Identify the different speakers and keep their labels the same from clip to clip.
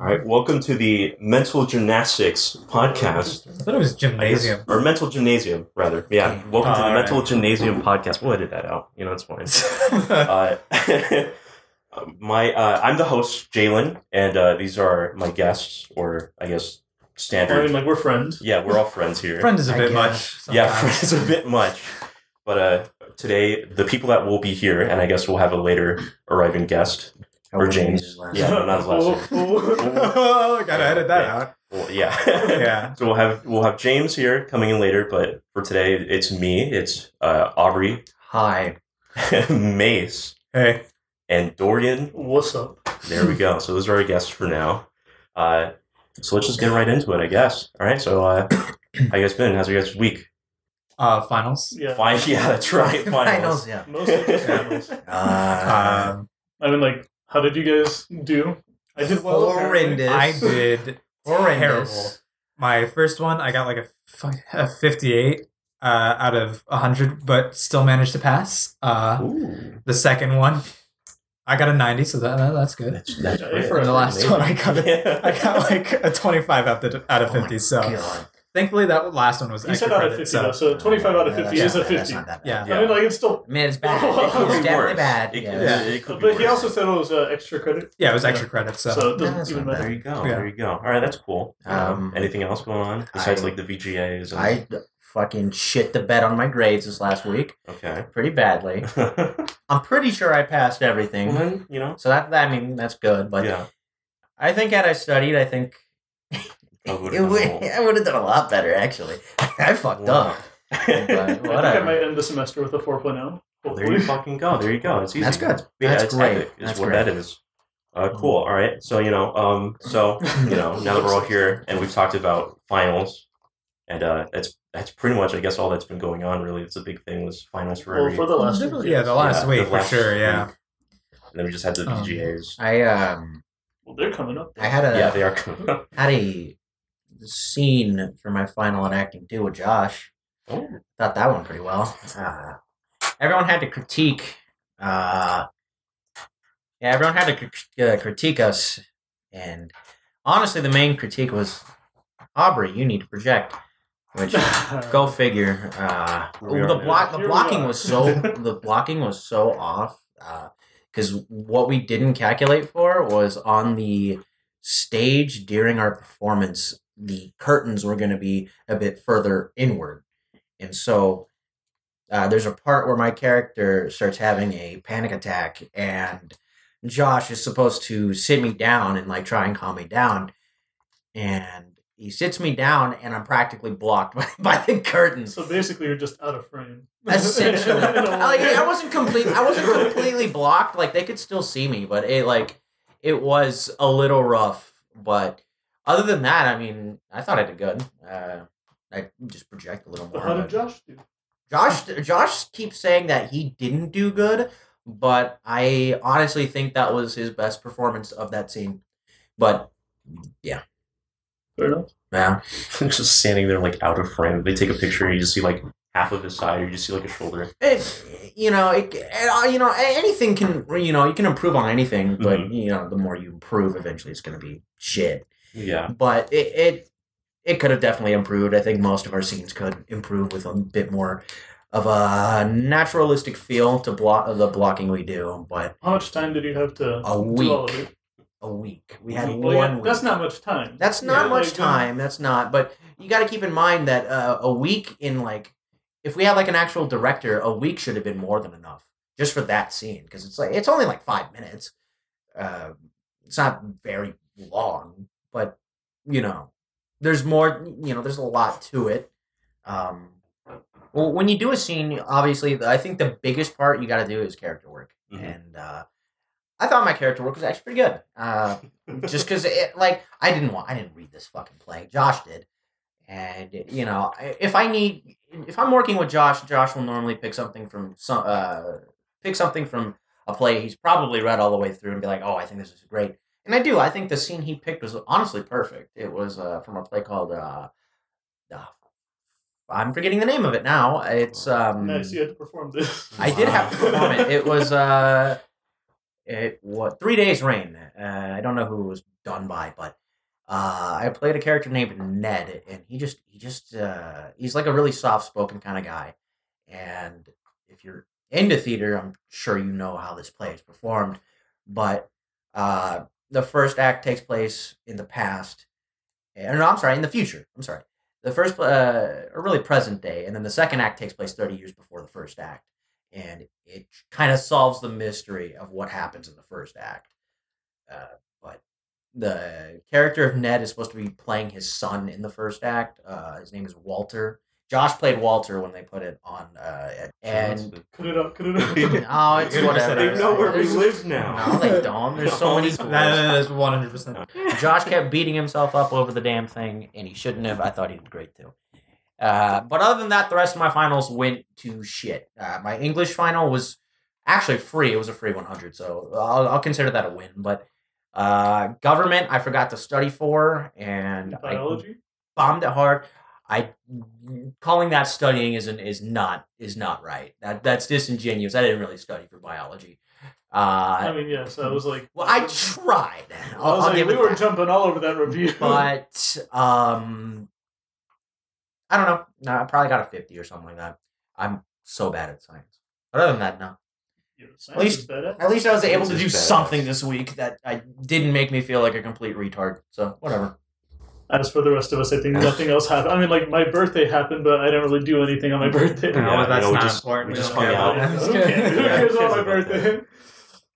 Speaker 1: All right, welcome to the Mental Gymnastics Podcast,
Speaker 2: I thought it was gymnasium.
Speaker 1: or Mental Gymnasium, rather. Yeah, welcome to the
Speaker 2: All
Speaker 1: Mental
Speaker 2: right.
Speaker 1: Gymnasium Podcast. We'll edit that out. You know, it's fine. Uh, my, uh, I'm the host, Jalen, and uh, these are my guests, or I guess
Speaker 3: I mean,
Speaker 1: standard.
Speaker 3: like we're friends.
Speaker 1: Yeah, we're all friends here.
Speaker 2: Friend is a
Speaker 4: I
Speaker 2: bit
Speaker 4: guess.
Speaker 2: much.
Speaker 1: Yeah,
Speaker 2: sometimes.
Speaker 1: it's a bit much. But uh, today, the people that will be here, and I guess we'll have a later arriving guest. Or James. Yeah, no, not his last
Speaker 2: Oh, gotta edit that
Speaker 1: Yeah.
Speaker 2: out.
Speaker 1: Well, yeah.
Speaker 2: Yeah.
Speaker 1: So we'll have we'll have James here coming in later, but for today it's me, it's uh, Aubrey,
Speaker 4: Hi.
Speaker 1: Mace,
Speaker 2: Hey.
Speaker 1: and Dorian.
Speaker 3: What's up?
Speaker 1: There we go. So those are our guests for now. Uh, so let's just get right into it, I guess. All right. So uh, how you guys been? How's your guys' week?
Speaker 2: Uh, finals.
Speaker 3: Yeah.
Speaker 1: Fine. Yeah, that's right. Finals.
Speaker 4: Finals, yeah.
Speaker 3: Mostly just finals.
Speaker 4: Uh,
Speaker 2: Um,
Speaker 3: I mean, like, how did you guys do? I did well. apparently.
Speaker 4: horrendous.
Speaker 2: I did terrible.
Speaker 4: Horrendous.
Speaker 2: My first one, I got like a, fi- a 58 uh, out of 100, but still managed to pass. Uh,
Speaker 1: Ooh,
Speaker 2: the second one, I got a 90, so that, that- that's good.
Speaker 1: that's that's
Speaker 3: Yeah,
Speaker 1: great.
Speaker 3: for
Speaker 2: the last
Speaker 1: Amazing.
Speaker 2: one, I got a,
Speaker 1: Yeah.
Speaker 2: I got like a 25 out of, out of
Speaker 4: Oh my
Speaker 2: 50, so
Speaker 4: God.
Speaker 2: thankfully that last one was
Speaker 3: You
Speaker 2: extra
Speaker 3: said out of
Speaker 2: credit,
Speaker 3: 50,
Speaker 2: so-
Speaker 3: though, so 25 out of
Speaker 4: Yeah,
Speaker 3: 50
Speaker 4: that's
Speaker 3: is a
Speaker 4: not bad, that's
Speaker 3: 50.
Speaker 4: not that bad.
Speaker 2: Yeah.
Speaker 3: I mean, like, it's still.
Speaker 4: Man, it's bad.
Speaker 3: It
Speaker 4: It
Speaker 3: could
Speaker 4: was
Speaker 3: be
Speaker 4: definitely
Speaker 1: worse.
Speaker 4: bad.
Speaker 1: It could-
Speaker 4: Yeah.
Speaker 2: Yeah.
Speaker 1: it could be
Speaker 3: But he
Speaker 1: worse.
Speaker 3: also said it was uh, extra credit,
Speaker 2: Yeah, it was extra credit,
Speaker 3: so, it
Speaker 4: Yeah,
Speaker 3: doesn't
Speaker 4: that's
Speaker 3: even
Speaker 4: not
Speaker 3: matter.
Speaker 1: There you go.
Speaker 2: Yeah.
Speaker 1: There you go. All right, that's cool.
Speaker 4: Um,
Speaker 1: Anything else going on besides
Speaker 4: I-
Speaker 1: like the VGAs? And,
Speaker 4: I fucking shit the bed on my grades this last week
Speaker 1: okay.
Speaker 4: pretty badly. I'm pretty sure I passed everything.
Speaker 1: Well, then, you know.
Speaker 4: So that, that, I mean, that's good. But
Speaker 1: Mm-hmm. yeah.
Speaker 4: I think had I studied, I think
Speaker 1: I
Speaker 4: it would,
Speaker 1: would've done well.
Speaker 4: I would have done a lot better, actually. I fucked
Speaker 1: Wow.
Speaker 4: up. But
Speaker 3: I think I
Speaker 4: whatever.
Speaker 3: might end the semester with a 4.0
Speaker 1: Well, there you
Speaker 3: hopefully.
Speaker 1: fucking go. There you go. It's easy.
Speaker 4: That's good.
Speaker 1: Yeah,
Speaker 4: That's
Speaker 1: it's
Speaker 4: great.
Speaker 1: epic is
Speaker 4: That's
Speaker 1: what
Speaker 4: great.
Speaker 1: that is. Uh, cool. All right. So you know, um, so you know, now that we're all here and we've talked about finals, and uh, that's that's pretty much, I guess, all that's been going on. Really, it's a big thing was finals for
Speaker 3: Well,
Speaker 1: every,
Speaker 3: for the last week,
Speaker 2: yeah,
Speaker 3: yes.
Speaker 2: the last
Speaker 1: Yeah,
Speaker 2: week
Speaker 1: the
Speaker 2: for
Speaker 1: last
Speaker 2: sure. Yeah,
Speaker 1: week. and then we just had the
Speaker 2: Um,
Speaker 1: VGAs.
Speaker 4: I um
Speaker 3: Well, they're coming up.
Speaker 4: I had a
Speaker 1: yeah, they are coming up.
Speaker 4: had a scene for my final in acting two with Josh.
Speaker 1: Oh.
Speaker 4: Thought that went pretty well. Uh, everyone had to critique. Uh, yeah, everyone had to cr- uh, critique us, and honestly, the main critique was Aubrey. You need to project. Which go figure. Uh,
Speaker 1: Here we are,
Speaker 4: the
Speaker 1: man.
Speaker 4: block, the
Speaker 3: Here we
Speaker 4: blocking
Speaker 3: are.
Speaker 4: was so the blocking was so off. Because what we didn't calculate for was on the stage during our performance, the curtains were going to be a bit further inward, and so. Uh, there's a part where my character starts having a panic attack, and Josh is supposed to sit me down and like try and calm me down. And he sits me down, and I'm practically blocked by, by the curtains.
Speaker 3: So basically, you're just out of frame.
Speaker 4: Essentially,
Speaker 3: In a
Speaker 4: like,
Speaker 3: way.
Speaker 4: I wasn't complete. I wasn't completely blocked. Like they could still see me, but it like it was a little rough. But other than that, I mean, I thought I did good. Uh, I just project a little
Speaker 3: But
Speaker 4: more.
Speaker 3: How did
Speaker 4: but-
Speaker 3: Josh do?
Speaker 4: Josh Josh keeps saying that he didn't do good, but I honestly think that was his best performance of that scene. But
Speaker 3: Fair enough.
Speaker 4: yeah,
Speaker 1: just standing there like out of frame. They take a picture. You just see like half of his side, or you just see like a shoulder.
Speaker 4: it, you know, it, uh, you know, a- anything can you know you can improve on anything, but
Speaker 3: Mm-hmm.
Speaker 4: you know the more you improve, eventually it's gonna be shit.
Speaker 1: Yeah.
Speaker 4: But it it, it could have definitely improved. I think most of our scenes could improve with a bit more of a naturalistic feel to block the blocking we do, but
Speaker 3: How much time did you have
Speaker 4: A
Speaker 3: to do all of
Speaker 4: week.
Speaker 3: it?
Speaker 4: a week we had
Speaker 3: Well,
Speaker 4: one
Speaker 3: yeah,
Speaker 4: week.
Speaker 3: That's not much time.
Speaker 4: That's not
Speaker 3: Yeah,
Speaker 4: much
Speaker 3: like, um,
Speaker 4: time. That's not. But you got to keep in mind that uh, a week in like, if we had like an actual director, a week should have been more than enough just for that scene because it's like it's only like five minutes. Uh, it's not very long, but you know, there's more. You know, there's a lot to it. Um, well, when you do a scene, obviously, I think the biggest part you got to do is character work,
Speaker 3: Mm-hmm.
Speaker 1: Mhm.
Speaker 4: and uh, I thought my character work was actually pretty good. Uh, just because it like i didn't want i didn't read this fucking play josh did and you know I- if i need if i'm working with josh josh will normally pick something from some uh pick something from a play he's probably read all the way through and be like oh i think this is great and i do i think the scene he picked was honestly perfect it was uh from a play called uh, uh i'm forgetting the name of it now it's um
Speaker 3: Nice, you had to perform this.
Speaker 4: I did have to perform it. It was uh it what three days rain. Uh, I don't know who it was done by, but uh, I played a character named Ned, and he just he just uh, he's like a really soft spoken kind of guy. And if you're into theater, I'm sure you know how this play is performed. But uh, the first act takes place in the past, and no, I'm sorry, in the future. I'm sorry. The first, uh, or really present day, and then the second act takes place 30 years before the first act and it kind of solves the mystery of what happens in the first act. Uh, but the character of Ned is supposed to be playing his son in the first act. Uh, his name is Walter. Josh played Walter when they put it on, uh, at- and
Speaker 3: Cut it up, cut it up.
Speaker 4: oh, it's
Speaker 2: They
Speaker 4: whatever.
Speaker 1: they know where we
Speaker 4: There's-
Speaker 1: live now.
Speaker 4: No, they don't. There's so many.
Speaker 2: That is one hundred percent.
Speaker 4: Josh kept beating himself up over the damn thing, and he shouldn't have. I thought he did great too. Uh, but other than that, the rest of my finals went to shit. Uh, my English final was actually free. It was a free 100, so I'll, I'll consider that a win. But uh, government, I forgot to study for, and I
Speaker 3: Biology?
Speaker 4: bombed it hard. I calling that studying is an, is not is not right. That that's disingenuous. I didn't really study for biology.
Speaker 3: I
Speaker 4: Uh,
Speaker 3: mean, yes, I was like.
Speaker 4: well, I tried.
Speaker 3: Um, I
Speaker 4: I'll,
Speaker 3: was
Speaker 4: I'll
Speaker 3: like,
Speaker 4: give
Speaker 3: we
Speaker 4: it
Speaker 3: were
Speaker 4: that
Speaker 3: jumping all over that review.
Speaker 4: but um i don't know no, i probably got a 50 or something like that i'm so bad at science but other than that no
Speaker 3: Your science
Speaker 4: At least-
Speaker 3: is badass.
Speaker 4: at least i was able
Speaker 1: This
Speaker 4: to
Speaker 1: is
Speaker 4: do
Speaker 1: badass.
Speaker 4: something this week that i didn't make me feel like a complete retard so whatever
Speaker 3: As for the rest of us, I think nothing else happened. I mean, like my birthday happened, but I didn't really do anything on my birthday.
Speaker 1: Yeah,
Speaker 2: No,
Speaker 1: you
Speaker 2: that's
Speaker 1: know, we
Speaker 2: not
Speaker 1: just-
Speaker 2: important.
Speaker 1: we
Speaker 2: We
Speaker 1: just
Speaker 2: don't
Speaker 1: hung
Speaker 2: care
Speaker 1: out.
Speaker 2: about that.
Speaker 3: Who cares- who cares about my
Speaker 1: Yeah.
Speaker 3: birthday?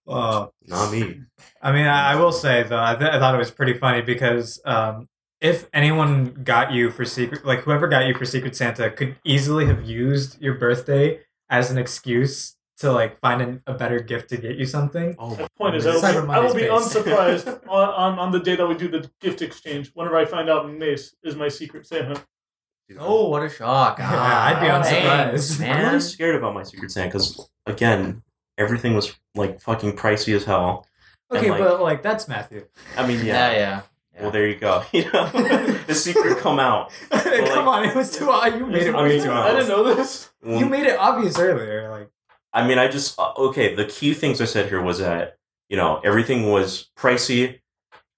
Speaker 2: Oh.
Speaker 1: Not me.
Speaker 2: I mean, I, I will say though, I, th- I thought it was pretty funny because um, if anyone got you for secret, like whoever got you for Secret Santa, could easily have used your birthday as an excuse to like find an, a better gift to get you something.
Speaker 1: Oh,
Speaker 3: The point is, I
Speaker 2: Cyber
Speaker 3: will be, I will
Speaker 2: Monday's
Speaker 3: be
Speaker 2: based.
Speaker 3: unsurprised on, on, on the day that we do the gift exchange whenever I find out Mace is my secret Santa.
Speaker 4: oh what a shock
Speaker 2: Yeah, I'd be
Speaker 4: Ah,
Speaker 2: unsurprised.
Speaker 4: thanks,
Speaker 1: I'm really
Speaker 4: Oh, man
Speaker 1: scared about my Secret Santa because again, everything was like fucking pricey as hell. And,
Speaker 2: Okay,
Speaker 1: like-
Speaker 2: but like that's Matthew.
Speaker 1: I mean, yeah.
Speaker 4: yeah yeah
Speaker 1: Well, there you go. You know, the secret come out.
Speaker 2: Come
Speaker 1: like-
Speaker 2: on, it was too obvious. You made it.
Speaker 1: I mean,
Speaker 2: way
Speaker 1: too obvious.
Speaker 2: too
Speaker 3: I
Speaker 2: obvious.
Speaker 3: didn't know this.
Speaker 2: You made it obvious earlier.
Speaker 1: Mm,
Speaker 2: Like
Speaker 1: I mean, I just uh, okay. The key things I said here was that you know everything was pricey.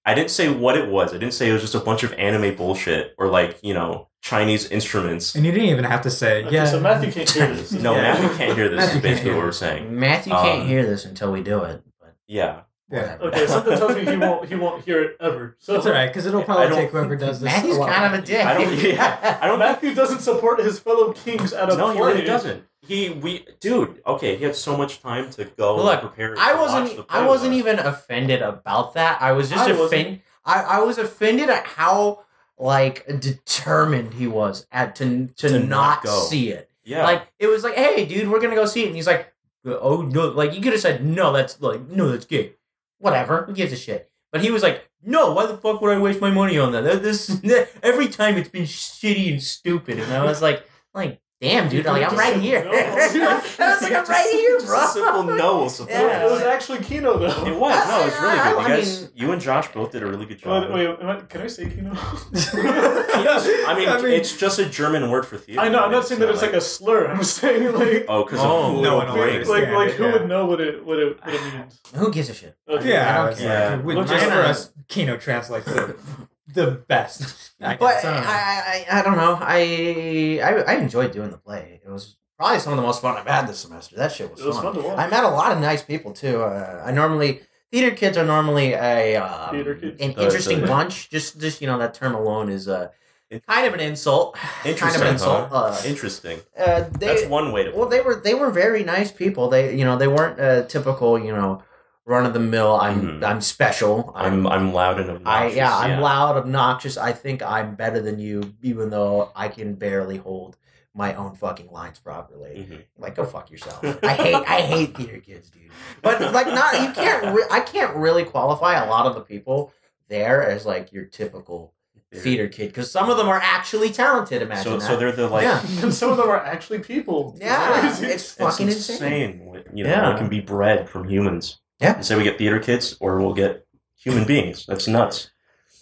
Speaker 1: I didn't say what it was. I didn't say it was just a bunch of anime bullshit or like you know Chinese instruments.
Speaker 2: And you didn't even have to say,
Speaker 3: Okay,
Speaker 2: yeah.
Speaker 3: so Matthew can't hear this.
Speaker 1: No,
Speaker 2: Yeah.
Speaker 1: Matthew can't hear this.
Speaker 2: Matthew
Speaker 1: Is
Speaker 2: can't
Speaker 1: basically
Speaker 2: hear
Speaker 1: what we're
Speaker 2: this.
Speaker 1: saying.
Speaker 4: matthew can't
Speaker 1: Um,
Speaker 4: hear this until we do it but
Speaker 1: Yeah,
Speaker 2: Yeah.
Speaker 4: whatever.
Speaker 3: Okay, something tells me he won't. He won't hear it ever. So
Speaker 2: That's all right, because it'll
Speaker 1: I
Speaker 2: probably
Speaker 1: don't-
Speaker 2: take whoever does this.
Speaker 4: matthew's
Speaker 2: a lot.
Speaker 4: kind of a dick
Speaker 1: I don't- yeah. I don't.
Speaker 3: Matthew doesn't support his fellow kings at a
Speaker 1: no,
Speaker 3: play.
Speaker 1: he really doesn't. He we dude. Okay, he had so much time to go and
Speaker 4: Look,
Speaker 1: prepare.
Speaker 4: I
Speaker 1: to watch the
Speaker 4: wasn't. e-
Speaker 1: play
Speaker 4: I wasn't
Speaker 1: with us.
Speaker 4: even offended about that. I was just
Speaker 3: I wasn't.
Speaker 4: offended. I, I was offended at how like determined he was at to to,
Speaker 1: To not
Speaker 4: not,
Speaker 1: go.
Speaker 4: see it.
Speaker 1: Yeah,
Speaker 4: Like it was like, hey, dude, we're gonna go see it, and he's like, oh no, like you could have said no, that's like no, that's gay, whatever, who gives a shit. But he was like, no, why the fuck would I waste my money on that? That- This every time it's been shitty and stupid, and I was like, like damn, dude, like I'm right here. I was like, I'm right here,
Speaker 1: Just
Speaker 4: bro.
Speaker 1: a simple no will support.
Speaker 4: Yeah.
Speaker 1: us.
Speaker 3: It was actually Kino though.
Speaker 1: It was no, it was really good. You
Speaker 4: I
Speaker 1: guys,
Speaker 4: mean-
Speaker 1: you and Josh both did a really good job.
Speaker 3: Wait, wait, am I- can I say Kino?
Speaker 1: I mean, it's just a German word for theater.
Speaker 3: I know. I'm not saying that it's like a slur. I'm saying like,
Speaker 1: oh, because
Speaker 4: Oh,
Speaker 1: of
Speaker 2: no
Speaker 1: no
Speaker 2: one
Speaker 1: breaks.
Speaker 2: understands.
Speaker 3: like, like who
Speaker 2: yeah.
Speaker 3: would know what it what it, what it means?
Speaker 4: Who gives a shit?
Speaker 3: Okay.
Speaker 2: Yeah,
Speaker 4: I don't
Speaker 2: it's
Speaker 1: care.
Speaker 2: like,
Speaker 1: Yeah.
Speaker 2: we-
Speaker 3: Look,
Speaker 2: just
Speaker 4: mine
Speaker 2: for
Speaker 4: are-
Speaker 2: us, Kino translates the, the best. I
Speaker 4: but
Speaker 2: guess,
Speaker 3: uh,
Speaker 2: I don't know.
Speaker 4: I, I, I don't know. I, I I enjoyed doing the play. It was probably some of the most fun I've had this semester. That shit was,
Speaker 3: It was
Speaker 4: fun.
Speaker 3: fun to watch.
Speaker 4: I met a lot of nice people too. Uh, I normally theater kids are normally a um,
Speaker 3: Theater kids.
Speaker 4: an
Speaker 1: The-
Speaker 4: interesting
Speaker 1: the-
Speaker 4: bunch. Just just you know that term alone is uh, kind of an insult. kind of
Speaker 1: Interesting,
Speaker 4: an insult.
Speaker 1: huh?
Speaker 4: Uh,
Speaker 1: Interesting.
Speaker 4: uh, they,
Speaker 1: That's one way to.
Speaker 4: well, they were they were very nice people. They you know they weren't uh, typical you know run of the mill. I'm
Speaker 1: Mhm.
Speaker 4: I'm special.
Speaker 1: I'm I'm loud and
Speaker 4: I
Speaker 1: obnoxious.
Speaker 4: yeah, I'm loud, obnoxious. I think I'm better than you, even though I can barely hold my own fucking lines properly.
Speaker 1: Mhm.
Speaker 4: Like, go fuck yourself. I hate I hate theater kids, dude. But like, not you can't. Re- I can't really qualify a lot of the people there as like your typical theater kid because some of them are actually talented. Imagine
Speaker 1: So
Speaker 4: that.
Speaker 1: so they're the like.
Speaker 4: Yeah.
Speaker 3: and some of them are actually people.
Speaker 4: yeah,
Speaker 3: It's
Speaker 4: it's,
Speaker 3: crazy.
Speaker 4: fucking
Speaker 1: it's
Speaker 4: insane.
Speaker 1: insane. What, you know,
Speaker 4: Yeah.
Speaker 1: what can be bred from humans.
Speaker 4: Yeah.
Speaker 1: And say we get theater kids, or we'll get human beings. That's nuts.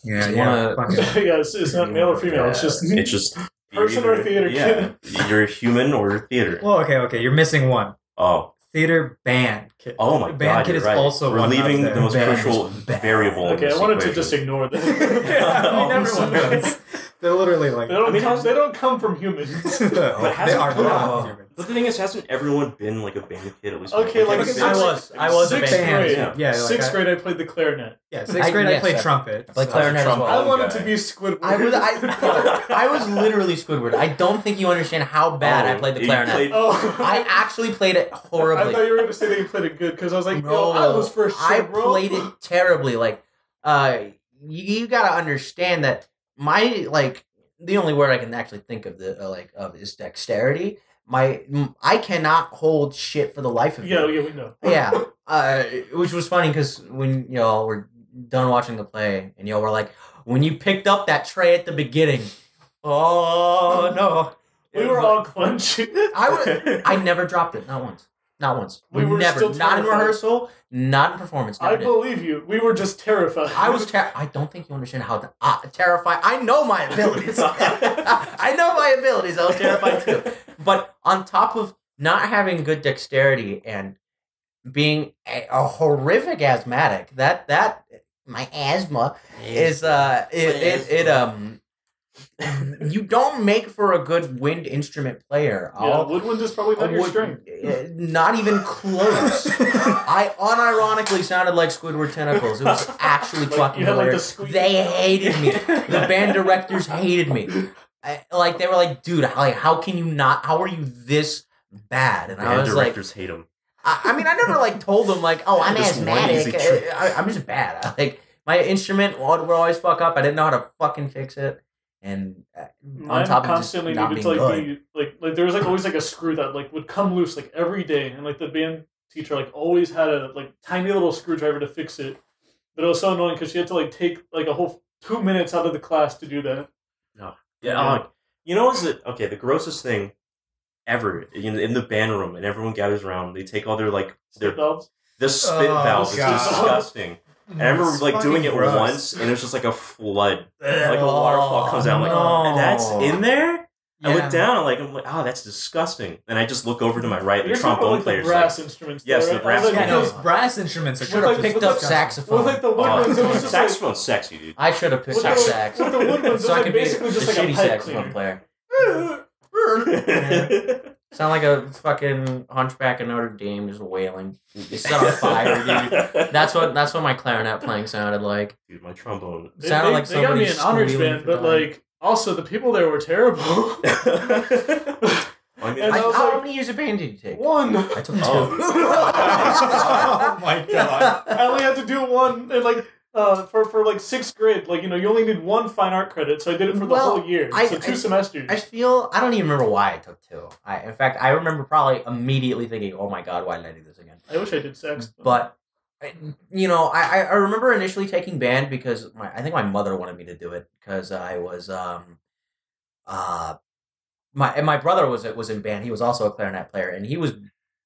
Speaker 2: yeah,
Speaker 4: Do you
Speaker 2: yeah,
Speaker 4: wanna-
Speaker 2: fuck it.
Speaker 3: yeah, it's, it's not male or female. It's just
Speaker 1: It's just you're
Speaker 3: Person or
Speaker 1: either-
Speaker 3: theater
Speaker 1: Yeah, you're human or theater.
Speaker 2: Well, okay, okay, you're missing one.
Speaker 1: oh,
Speaker 2: theater band kit.
Speaker 1: Oh my
Speaker 2: Band
Speaker 1: god,
Speaker 2: kit
Speaker 1: you're
Speaker 2: is
Speaker 1: right.
Speaker 2: also
Speaker 1: We're
Speaker 2: one up
Speaker 1: leaving
Speaker 2: there.
Speaker 1: the most
Speaker 4: Bad is
Speaker 1: crucial
Speaker 4: bad.
Speaker 1: variable. in
Speaker 3: Okay,
Speaker 1: this
Speaker 3: I wanted to
Speaker 1: equation.
Speaker 3: just ignore that.
Speaker 2: yeah, I
Speaker 1: Oh,
Speaker 2: mean, everyone
Speaker 1: sorry.
Speaker 2: does. They're literally like.
Speaker 3: They don't,
Speaker 1: I mean,
Speaker 3: come,
Speaker 1: how's-
Speaker 3: they don't come from humans.
Speaker 2: they
Speaker 1: hasn't-
Speaker 2: are
Speaker 4: oh.
Speaker 2: not humans.
Speaker 1: But the thing is, hasn't everyone been like a band kid at least?
Speaker 3: Okay, like
Speaker 1: a
Speaker 2: in
Speaker 1: band-
Speaker 4: I
Speaker 2: sixth-
Speaker 4: was, I was a
Speaker 3: sixth
Speaker 4: band.
Speaker 1: grade.
Speaker 2: Band,
Speaker 1: Yeah.
Speaker 2: yeah, like
Speaker 3: Sixth
Speaker 2: I-
Speaker 3: grade, I played the clarinet.
Speaker 2: Yeah, sixth
Speaker 4: I-
Speaker 2: grade. I,
Speaker 4: yes,
Speaker 2: played
Speaker 4: I-
Speaker 2: trumpet.
Speaker 4: Like
Speaker 2: so-
Speaker 4: clarinet as
Speaker 5: Trump.
Speaker 4: well.
Speaker 3: I
Speaker 5: Oh,
Speaker 3: wanted
Speaker 5: okay.
Speaker 3: to be Squidward.
Speaker 4: I was, I, I was literally Squidward. I don't think you understand how bad I
Speaker 1: Oh,
Speaker 4: played the
Speaker 1: you
Speaker 4: clarinet.
Speaker 1: played-
Speaker 3: oh,
Speaker 4: I actually played it
Speaker 3: I thought
Speaker 4: horribly.
Speaker 3: you were going to say that you played it good because I was like,
Speaker 4: No,
Speaker 3: yo, I was first.
Speaker 4: I
Speaker 3: shit, bro.
Speaker 4: played it terribly. Like, uh, you, you gotta understand that my like the only word I can actually think of the uh, like of is dexterity. My m- I cannot hold shit for the life of me.
Speaker 3: Yeah, yeah, we know.
Speaker 4: yeah. Uh, which was funny because when y'all were done watching the play and y'all were like, when you picked up that tray at the beginning, oh no.
Speaker 3: We were all clenching.
Speaker 4: I would- I never dropped it. Not once. Not once.
Speaker 3: We were
Speaker 4: never.
Speaker 3: still
Speaker 4: not in
Speaker 3: terrified.
Speaker 4: rehearsal. Not in performance. Never
Speaker 3: I
Speaker 4: did.
Speaker 3: believe you. We were just terrified.
Speaker 4: I was ter- I don't think you understand how ter- uh, terrified. I know my abilities. I know my abilities. I was terrified too. But on top of not having good dexterity and being a, a horrific asthmatic, that that my asthma is uh it it, it um you don't make for a good wind instrument player.
Speaker 3: Yeah,
Speaker 4: I'll-
Speaker 3: woodwind is probably
Speaker 4: I
Speaker 3: not your
Speaker 4: would-
Speaker 3: strength.
Speaker 4: uh, Not even close. I unironically sounded like Squidward tentacles. It was actually
Speaker 3: Like,
Speaker 4: fucking
Speaker 3: you had, like, the
Speaker 4: hilarious.
Speaker 3: squeak-
Speaker 4: they hated me. The band directors hated me. I, like they were like, dude, how, like how can you not? How are you this bad? And I
Speaker 1: Band
Speaker 4: was like,
Speaker 1: directors hate him.
Speaker 4: I, I mean, I never like told them like, oh, I'm
Speaker 1: Just one
Speaker 4: asthmatic.
Speaker 1: easy trick.
Speaker 4: I, am just bad. I, like my instrument would, would always fuck up. I didn't know how to fucking fix it. And uh,
Speaker 3: Mine
Speaker 4: on top of just
Speaker 3: constantly
Speaker 4: not
Speaker 3: needed
Speaker 4: being
Speaker 3: to like
Speaker 4: good.
Speaker 3: be like like there was like always like a screw that like would come loose like every day and like the band teacher like always had a like tiny little screwdriver to fix it. But it was so annoying because she had to like take like a whole two minutes out of the class to do that.
Speaker 1: Yeah, uh, you know, is it okay? The grossest thing ever in, in the band room, and everyone gathers around. They take all their like their
Speaker 3: Belts.
Speaker 1: the spit
Speaker 2: Oh,
Speaker 1: valve is
Speaker 2: God.
Speaker 1: disgusting. And I remember
Speaker 2: It's
Speaker 1: like doing
Speaker 2: fucking
Speaker 1: it
Speaker 2: gross.
Speaker 1: once, and it was just like a flood, like a
Speaker 4: Oh,
Speaker 1: waterfall comes out. I'm like, "Oh,
Speaker 4: no.
Speaker 1: "And that's in there. I
Speaker 4: Yeah.
Speaker 1: look down, I'm like I'm like, oh, that's disgusting. And I just look over to my right, the
Speaker 3: You're talking about
Speaker 1: trombone
Speaker 3: like the
Speaker 1: player's like,
Speaker 3: brass instruments.
Speaker 1: Yes,
Speaker 3: though,
Speaker 1: the
Speaker 3: right? I was
Speaker 1: brass
Speaker 2: Yeah,
Speaker 3: like,
Speaker 4: ones.
Speaker 2: those brass instruments are
Speaker 4: Should have
Speaker 2: just
Speaker 4: picked up
Speaker 2: disgusting.
Speaker 4: saxophone.
Speaker 3: With like the
Speaker 1: oh,
Speaker 3: woodwinds, it was just like
Speaker 1: saxophone's sexy, dude.
Speaker 4: I should have picked
Speaker 3: With
Speaker 4: up
Speaker 3: the-
Speaker 4: sax.
Speaker 3: with the woodwinds,
Speaker 4: so I could
Speaker 3: it's like
Speaker 4: be
Speaker 3: basically
Speaker 4: a
Speaker 3: just like a
Speaker 4: shitty
Speaker 3: pipe
Speaker 4: saxophone
Speaker 3: cleaner.
Speaker 4: player.
Speaker 1: It's
Speaker 4: Sound like a fucking hunchback in Notre Dame just wailing. set on fire,
Speaker 1: dude.
Speaker 4: That's what that's what my clarinet playing sounded like.
Speaker 1: Dude, my trombone.
Speaker 3: They,
Speaker 4: Sounded
Speaker 3: they-
Speaker 4: like
Speaker 3: they got me
Speaker 4: somebody
Speaker 3: an honors
Speaker 4: squealing
Speaker 3: band,
Speaker 4: for
Speaker 3: but
Speaker 4: dying.
Speaker 3: like also the people there were terrible.
Speaker 1: I mean,
Speaker 3: And
Speaker 4: I,
Speaker 3: I was
Speaker 4: how
Speaker 3: like-
Speaker 4: many years of band did you take?
Speaker 3: One.
Speaker 4: I took
Speaker 1: Oh.
Speaker 2: oh my god.
Speaker 3: I
Speaker 4: two.
Speaker 3: only had to do one, and like uh, for for like sixth grade, like you know, you only need one fine art credit, so I did it for
Speaker 4: Well,
Speaker 3: the whole year,
Speaker 4: I-
Speaker 3: so two
Speaker 4: I-
Speaker 3: semesters.
Speaker 4: I feel I don't even remember why I took two. I in fact I remember probably immediately thinking, "Oh my god, why did I do this again?"
Speaker 3: I wish I did sax,
Speaker 4: But you know, I, I I remember initially taking band because my I think my mother wanted me to do it because I was um uh my and my brother was was in band. He was also a clarinet player and he was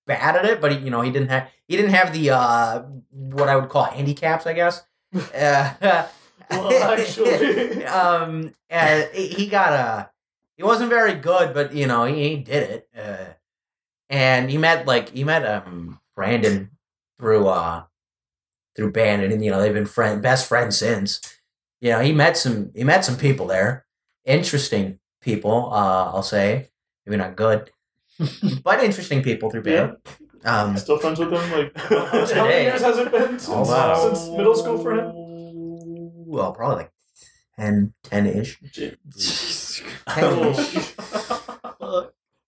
Speaker 4: bad at it, but he, you know he didn't have he didn't have the uh what I would call handicaps, I guess. Uh,
Speaker 3: well, actually,
Speaker 4: um, uh, he got a. He wasn't very good, but you know he, he did it. Uh, and he met like he met um Brandon through uh through Bandon, and you know they've been friend best friends since. You know he met some he met some people there, interesting people. Uh, I'll say maybe not good, but interesting people through Bandon. Um,
Speaker 3: still friends with him. Like how many
Speaker 4: Today.
Speaker 3: years has it been since,
Speaker 1: Oh, wow.
Speaker 3: since middle school for him?
Speaker 4: Well, probably like 10 10 ish.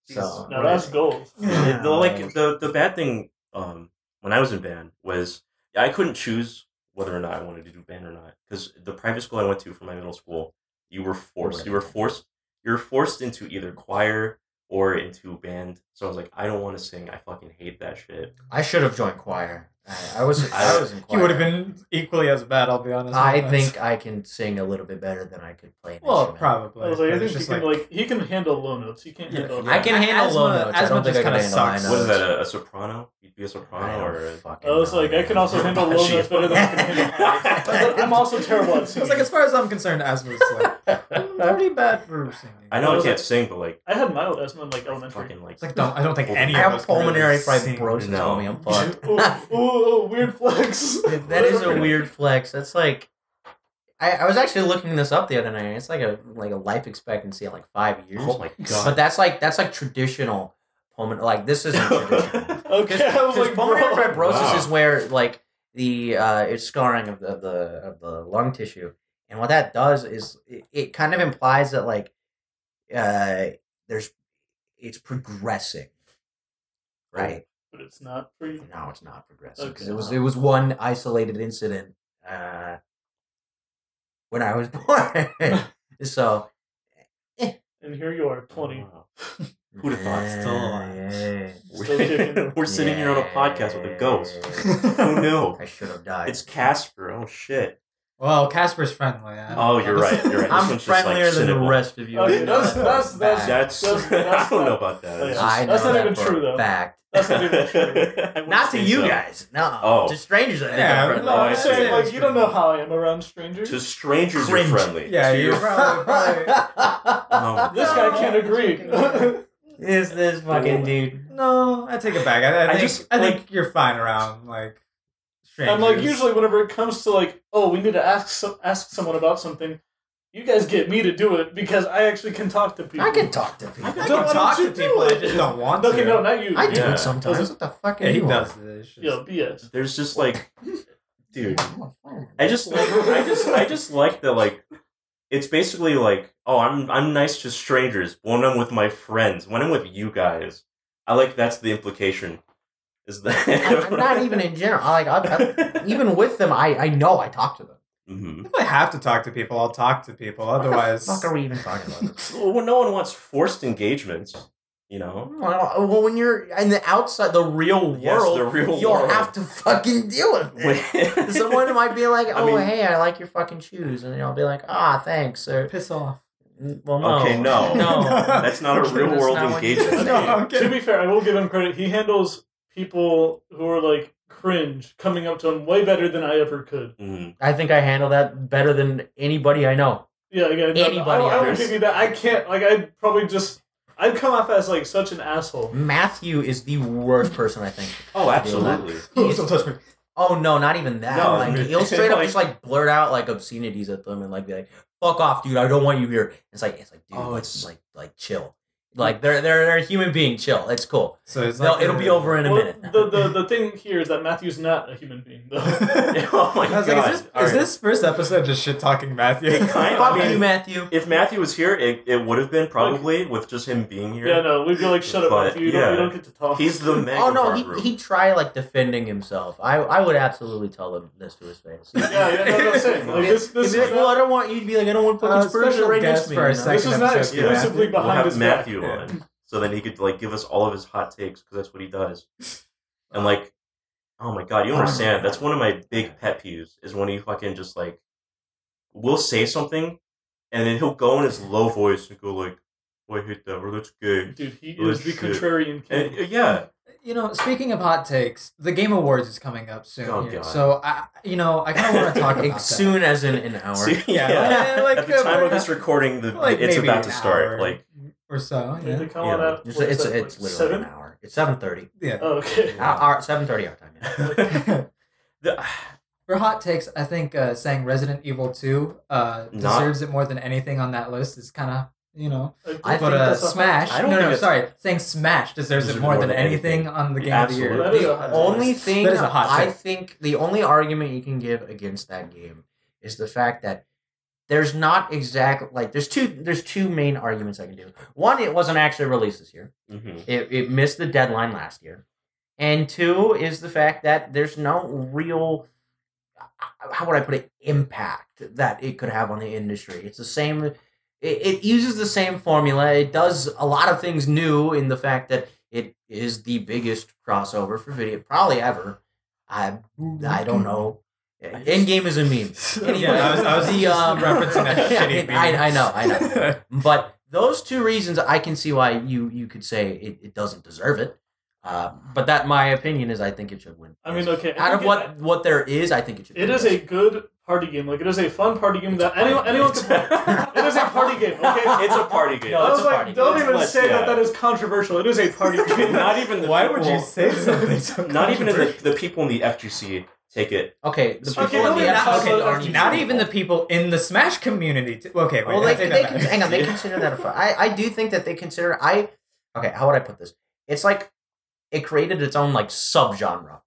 Speaker 4: So
Speaker 3: Now that's gold.
Speaker 1: the, the, like the the bad thing um, when I was in band was I couldn't choose whether or not I wanted to do band or not because the private school I went to for my middle school, you were forced. You were forced. You're forced into either choir or into band. So I was like, I don't want to sing. I fucking hate that shit.
Speaker 4: I should have joined choir. I, I was. I, was in choir.
Speaker 2: You would have been equally as bad, I'll be honest.
Speaker 4: I
Speaker 2: with us.
Speaker 4: think I can sing a little bit better than I could play. An
Speaker 2: Well,
Speaker 4: instrument.
Speaker 2: probably.
Speaker 3: I was like,
Speaker 2: but
Speaker 3: I
Speaker 2: it's
Speaker 3: think he
Speaker 2: just
Speaker 3: can like he can handle low notes. He can't
Speaker 2: Yeah.
Speaker 3: handle.
Speaker 4: I can handle
Speaker 2: Asthma-
Speaker 4: low notes. I
Speaker 2: asthma
Speaker 4: don't think
Speaker 2: just
Speaker 4: I can
Speaker 2: kinda
Speaker 4: handle high
Speaker 2: sucks.
Speaker 4: notes.
Speaker 1: What is that? A, a soprano? You'd Sophia Soprano
Speaker 4: I
Speaker 1: or
Speaker 4: don't fucking
Speaker 3: I was
Speaker 4: know,
Speaker 3: like, I
Speaker 4: man.
Speaker 3: can also handle low
Speaker 4: She-
Speaker 3: notes better than I can handle high. I was like, I'm also terrible at
Speaker 2: It's
Speaker 3: singing.
Speaker 2: like as far as I'm concerned, asthma's like pretty bad for singing.
Speaker 1: I know
Speaker 3: I
Speaker 1: I
Speaker 3: was
Speaker 1: can't sing, but like
Speaker 3: I had mild asthma in like elementary.
Speaker 1: fucking like
Speaker 2: It's like don't, I don't think any
Speaker 4: I
Speaker 2: of
Speaker 4: have
Speaker 2: us can really
Speaker 4: pulmonary
Speaker 2: sing.
Speaker 4: fibrosis,
Speaker 1: No.
Speaker 4: homie. I'm
Speaker 3: Ooh,
Speaker 4: fucked.
Speaker 3: ooh, ooh, weird flex.
Speaker 4: that is a weird flex. That's like, I, I was actually looking this up the other night. It's like a like a life expectancy of like five years.
Speaker 1: oh my god.
Speaker 4: But that's like that's like traditional pulmonary. Like this isn't traditional.
Speaker 3: Okay, I was like,
Speaker 4: pulmonary
Speaker 3: bro.
Speaker 4: fibrosis
Speaker 1: Wow.
Speaker 4: is where like the uh, it's scarring of the, of the of the lung tissue, and what that does is it, it kind of implies that like uh, there's it's progressing, right?
Speaker 3: But it's not free.
Speaker 4: No, it's not progressing. 'cause
Speaker 3: Okay.
Speaker 4: It was it was one isolated incident uh, when I was born. so
Speaker 3: And here you are, 20.
Speaker 1: Who'd have thought?
Speaker 2: Still alive.
Speaker 4: Yeah.
Speaker 3: Still kicking.
Speaker 1: We're sitting here on a podcast with a ghost. Who knew?
Speaker 4: I should have died.
Speaker 1: It's Casper. Oh shit.
Speaker 2: Well, Casper's friendly. I don't
Speaker 1: Oh,
Speaker 2: know.
Speaker 1: you're right. You're right.
Speaker 4: I'm
Speaker 1: one's just, like,
Speaker 4: friendlier than
Speaker 1: cynical.
Speaker 4: the rest of you.
Speaker 3: Okay,
Speaker 4: I know
Speaker 3: that's-
Speaker 4: that
Speaker 3: that's-
Speaker 4: for a
Speaker 1: That's,
Speaker 4: fact.
Speaker 3: that's- That's-
Speaker 1: I
Speaker 3: that's
Speaker 1: don't know
Speaker 3: not-
Speaker 1: about that.
Speaker 3: Oh, yeah.
Speaker 4: I know
Speaker 3: that's not
Speaker 4: that
Speaker 3: even
Speaker 4: for
Speaker 3: true,
Speaker 4: a
Speaker 3: though.
Speaker 4: Fact.
Speaker 3: That's not even true.
Speaker 1: I wouldn't
Speaker 4: Not to
Speaker 1: say
Speaker 4: you
Speaker 1: so.
Speaker 4: guys. No.
Speaker 1: Oh.
Speaker 4: To strangers. I think
Speaker 2: Yeah,
Speaker 4: I'm
Speaker 2: no,
Speaker 4: friendly.
Speaker 3: No, I'm
Speaker 1: that's
Speaker 3: saying,
Speaker 1: it.
Speaker 3: like, you don't know how I am around strangers.
Speaker 1: To strangers,
Speaker 4: Cringe.
Speaker 1: you're friendly.
Speaker 2: Yeah, you're probably, probably
Speaker 1: Oh.
Speaker 3: this guy can't agree.
Speaker 4: Is this fucking dude?
Speaker 2: No, I take it back. I, I,
Speaker 1: I
Speaker 2: think,
Speaker 1: just,
Speaker 2: I think
Speaker 1: like-
Speaker 2: you're fine around like. Strangers.
Speaker 3: I'm like, usually whenever it comes to, like, oh, we need to ask some, ask someone about something, you guys get me to do it because I actually can talk to people.
Speaker 4: I can talk to people.
Speaker 2: I
Speaker 3: Don't
Speaker 2: don't
Speaker 3: why
Speaker 2: talk
Speaker 3: don't
Speaker 2: to
Speaker 3: you do
Speaker 2: people. I
Speaker 3: it?
Speaker 2: just don't want
Speaker 3: Okay,
Speaker 2: to.
Speaker 3: no, not you.
Speaker 4: I
Speaker 3: you.
Speaker 4: do
Speaker 1: Yeah.
Speaker 4: it sometimes.
Speaker 3: Does
Speaker 4: What the fuck? Are
Speaker 2: yeah, he
Speaker 4: you on?
Speaker 2: does this. It's just-
Speaker 3: Yo, BS.
Speaker 1: There's just like, dude.
Speaker 4: I'm on fire.
Speaker 1: I just like I just I just like that like it's basically like oh I'm I'm nice to strangers but when I'm with my friends when I'm with you guys I like that's the implication is that
Speaker 4: I- I'm not even in general. I, like I, I, even with them, I, I know I talk to them.
Speaker 1: Mhm.
Speaker 2: If I have to talk to people, I'll talk to people.
Speaker 4: What the
Speaker 2: Otherwise,
Speaker 4: fuck are we even talking about?
Speaker 1: well no one wants forced engagements you know
Speaker 4: well, well, when you're in the outside, the real world,
Speaker 1: Yes, the real
Speaker 4: you'll
Speaker 1: world.
Speaker 4: have to fucking deal with it.
Speaker 1: When-
Speaker 4: Eh. Someone might be like,
Speaker 1: I
Speaker 4: "Oh,
Speaker 1: mean-
Speaker 4: hey, I like your fucking shoes," and I'll be like, "Ah, thanks." Or,
Speaker 2: piss off.
Speaker 4: well, no,
Speaker 1: Okay, no.
Speaker 4: no.
Speaker 1: that's not a
Speaker 4: That's
Speaker 1: real world
Speaker 4: not what you
Speaker 1: engagement
Speaker 2: No, I'm
Speaker 3: to
Speaker 2: kidding.
Speaker 3: be fair, I will give him credit. He handles people who are like cringe coming up to him way better than I ever could.
Speaker 1: Mhm.
Speaker 4: I think I handle that better than anybody I know.
Speaker 3: Yeah, again, no,
Speaker 4: Anybody
Speaker 3: I, I will
Speaker 4: else.
Speaker 3: give you that. I can't. Like, I probably just I'd come off as like such an asshole.
Speaker 4: Matthew is the worst person I think.
Speaker 1: oh absolutely
Speaker 2: Please don't touch me.
Speaker 4: Oh no, not even that.
Speaker 1: No,
Speaker 4: like
Speaker 1: I mean-
Speaker 4: he'll straight up
Speaker 1: like-
Speaker 4: just like blurt out like obscenities at them and like be like, "Fuck off, dude! I don't want you here." It's like it's like, dude,
Speaker 1: Oh,
Speaker 4: like,
Speaker 1: it's-
Speaker 4: like like chill. Like they're they're they're a human being. Chill. It's cool.
Speaker 2: So it's
Speaker 4: No,
Speaker 2: like
Speaker 4: it'll be over in a
Speaker 3: Well,
Speaker 4: minute.
Speaker 3: the, the the thing here is that Matthew's not a human being though.
Speaker 1: oh my
Speaker 2: I was
Speaker 1: god
Speaker 2: like, is this,
Speaker 1: All
Speaker 2: is
Speaker 1: right.
Speaker 2: this first episode just shit talking Matthew?
Speaker 1: It kind of-
Speaker 4: Fuck
Speaker 1: I mean-
Speaker 4: you, Matthew.
Speaker 1: if Matthew was here it, it would have been probably with just him being here
Speaker 3: Yeah, no, we'd be like, shut up,
Speaker 1: But,
Speaker 3: Matthew. You,
Speaker 1: yeah.
Speaker 3: don't, you don't get to talk.
Speaker 1: he's the man
Speaker 4: Oh no,
Speaker 1: of our
Speaker 4: he
Speaker 1: group.
Speaker 4: he try like defending himself. I I would absolutely tell him this to his face. He'd
Speaker 3: yeah, yeah, that's what I'm saying. Like, this this
Speaker 4: be like,
Speaker 3: is
Speaker 4: well,
Speaker 3: not,
Speaker 4: I don't want you to be like, I don't want
Speaker 2: Uh,
Speaker 4: fucking spiritual
Speaker 2: special
Speaker 4: right next
Speaker 2: guest
Speaker 4: to me.
Speaker 2: for our
Speaker 4: you know?
Speaker 2: second
Speaker 3: this is not
Speaker 2: episode. Yeah.
Speaker 3: exclusively
Speaker 1: we'll
Speaker 3: behind
Speaker 1: have
Speaker 3: his back.
Speaker 1: Matthew
Speaker 2: Yeah.
Speaker 1: on, so then he could like give us all of his hot takes because that's what he does.
Speaker 2: Uh,
Speaker 1: And like, oh my god, you don't understand. That's one of my big pet peeves is when he fucking just like will say something, and then he'll go in his low voice and go like, "Oh, I hate that," or "That's gay,"
Speaker 3: Dude, he
Speaker 1: Oh,
Speaker 3: is the
Speaker 1: shit.
Speaker 3: contrarian
Speaker 1: and
Speaker 3: king.
Speaker 1: uh, yeah,
Speaker 2: You know, speaking of hot takes, the Game Awards is coming up soon.
Speaker 1: Oh,
Speaker 2: here.
Speaker 1: God.
Speaker 2: So I, you know, I kind of want to talk about
Speaker 4: Ex- soon as in an hour.
Speaker 1: See, yeah.
Speaker 2: that. Yeah, like,
Speaker 1: At the time of
Speaker 2: uh,
Speaker 1: this recording, the
Speaker 2: like
Speaker 1: it's
Speaker 2: maybe
Speaker 1: about
Speaker 2: an
Speaker 1: to start.
Speaker 2: hour
Speaker 1: Like,
Speaker 2: or so.
Speaker 3: Did
Speaker 2: Yeah.
Speaker 3: they call
Speaker 1: Yeah.
Speaker 3: it out?
Speaker 4: It's,
Speaker 3: what is
Speaker 4: it's,
Speaker 3: that,
Speaker 4: it's
Speaker 3: like,
Speaker 4: literally
Speaker 3: seven?
Speaker 4: an hour. It's seven thirty.
Speaker 2: Yeah.
Speaker 3: Oh, okay.
Speaker 4: Our seven thirty our time. Yeah.
Speaker 1: the,
Speaker 2: For hot takes, I think uh, saying Resident Evil Two uh,
Speaker 1: Not-
Speaker 2: deserves it more than anything on that list. It's kind of you know,
Speaker 4: I
Speaker 2: but
Speaker 4: think
Speaker 2: uh,
Speaker 4: that's a-
Speaker 2: Smash.
Speaker 1: I don't
Speaker 2: no,
Speaker 1: think
Speaker 2: no,
Speaker 1: it's-
Speaker 2: sorry. Saying Smash deserves it more than anything on the Game
Speaker 1: Absolutely.
Speaker 2: of
Speaker 3: That
Speaker 2: the
Speaker 3: is
Speaker 2: Year.
Speaker 3: a hot take.
Speaker 4: Only thing
Speaker 2: that is a hot
Speaker 4: I
Speaker 2: take.
Speaker 4: think the only argument you can give against that game is the fact that there's not exact like there's two there's two main arguments I can do. One, it wasn't actually released this year.
Speaker 1: mhm.
Speaker 4: It it missed the deadline last year. And two is the fact that there's no real how would I put it impact that it could have on the industry. It's the same it, it uses the same formula. It does a lot of things new in the fact that it is the biggest crossover for video probably ever. I I
Speaker 2: Mm-hmm.
Speaker 4: don't know. Endgame is a meme. Anyway,
Speaker 2: yeah, I was, I was
Speaker 4: the,
Speaker 2: just
Speaker 4: um,
Speaker 2: referencing that shitty meme.
Speaker 4: I, I know, I know. But those two reasons, I can see why you you could say it, it doesn't deserve it. Uh, but that, my opinion is, I think it should win.
Speaker 3: I mean, okay.
Speaker 4: out of
Speaker 3: okay,
Speaker 4: what what there is, I think it should.
Speaker 3: It
Speaker 4: win
Speaker 3: is
Speaker 4: this.
Speaker 3: a good party game. Like it is a fun party game
Speaker 4: It's
Speaker 3: that
Speaker 4: a
Speaker 3: anyone
Speaker 4: party
Speaker 3: anyone
Speaker 4: game.
Speaker 3: can play. it is a party game. Okay.
Speaker 1: It's a party game.
Speaker 4: No,
Speaker 3: I
Speaker 4: it's
Speaker 3: was
Speaker 4: a
Speaker 3: like,
Speaker 4: party
Speaker 3: don't
Speaker 4: game.
Speaker 3: even
Speaker 1: Let's-
Speaker 3: say
Speaker 1: yeah.
Speaker 3: that that is controversial. It is a party game.
Speaker 1: not e- even the
Speaker 2: Why would you
Speaker 1: people-
Speaker 2: say something so
Speaker 1: Not even the,
Speaker 2: controversial?
Speaker 1: the people in the FGC take it.
Speaker 4: Okay, the people
Speaker 3: Okay,
Speaker 4: in
Speaker 3: no,
Speaker 4: the
Speaker 3: they're
Speaker 4: FGC
Speaker 3: not- okay,
Speaker 4: aren't even-
Speaker 2: Not even the people in the Smash community. T- okay, wait,
Speaker 4: Well,
Speaker 2: I
Speaker 4: they,
Speaker 2: take
Speaker 4: they
Speaker 2: that
Speaker 4: con-
Speaker 2: back.
Speaker 4: hang on. They consider that a fraud. I, I do think that they consider I. Okay, how would I put this? It's like it created its own like subgenre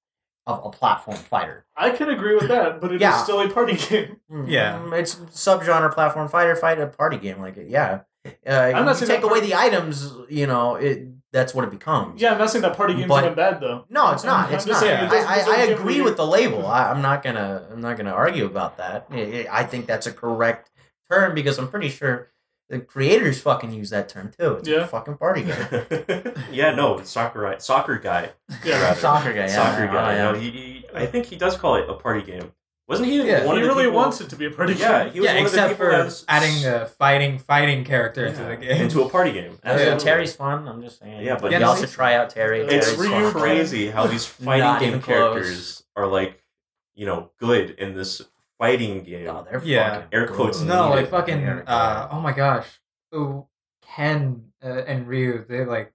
Speaker 4: of a platform fighter.
Speaker 3: I can agree with that, but it is
Speaker 4: Yeah.
Speaker 3: still a party game.
Speaker 2: Yeah.
Speaker 4: Mm, it's subgenre platform fighter fighter party game. Like yeah, uh,
Speaker 3: not
Speaker 4: you
Speaker 3: saying
Speaker 4: take
Speaker 3: that
Speaker 4: away
Speaker 3: part-
Speaker 4: the items, you know, it that's what it becomes.
Speaker 3: Yeah, I'm not saying that party games
Speaker 4: But-
Speaker 3: aren't bad though.
Speaker 4: No, it's not.
Speaker 3: I'm
Speaker 4: It's
Speaker 3: just
Speaker 4: not.
Speaker 3: saying it doesn't
Speaker 4: I, I, I
Speaker 3: deserve
Speaker 4: agree
Speaker 3: jeopardy.
Speaker 4: with the label. I, I'm not gonna. I'm not gonna argue about that. I, I I think that's a correct term because I'm pretty sure the creators fucking use that term too. It's
Speaker 3: Yeah.
Speaker 4: a fucking party game.
Speaker 1: yeah, no, soccer soccer guy.
Speaker 3: Yeah.
Speaker 1: rather.
Speaker 4: Soccer guy. Yeah,
Speaker 1: soccer
Speaker 4: oh,
Speaker 1: guy.
Speaker 4: yeah.
Speaker 1: No, he, he- I think he does call it a party game. Wasn't he
Speaker 4: Yeah.
Speaker 1: one
Speaker 3: he
Speaker 1: of the
Speaker 3: really
Speaker 1: people,
Speaker 3: wants it to be a party
Speaker 1: Yeah,
Speaker 3: game.
Speaker 1: he was
Speaker 2: yeah,
Speaker 1: one of the
Speaker 2: except
Speaker 1: people
Speaker 2: for
Speaker 1: that's-
Speaker 2: adding uh, the fighting fighting character into
Speaker 1: Yeah,
Speaker 2: the game.
Speaker 1: into a party game.
Speaker 4: Yeah,
Speaker 1: Absolutely.
Speaker 4: Terry's fun. I'm just saying.
Speaker 1: Yeah, but
Speaker 4: you
Speaker 2: Yeah,
Speaker 4: also
Speaker 2: he's-
Speaker 4: try out Terry.
Speaker 3: It's
Speaker 1: It's
Speaker 4: Terry's
Speaker 3: Ryu
Speaker 4: fun.
Speaker 3: Ken.
Speaker 1: crazy how these fighting
Speaker 4: Not
Speaker 1: game
Speaker 4: even
Speaker 1: characters are like, you know, good in this fighting game.
Speaker 4: Oh, they're
Speaker 2: Yeah.
Speaker 4: fucking
Speaker 1: Air quotes
Speaker 4: good.
Speaker 2: no,
Speaker 1: needed
Speaker 2: like fucking.
Speaker 4: Eric,
Speaker 2: Uh, oh my gosh, Ooh, Ken uh, and Ryu, they like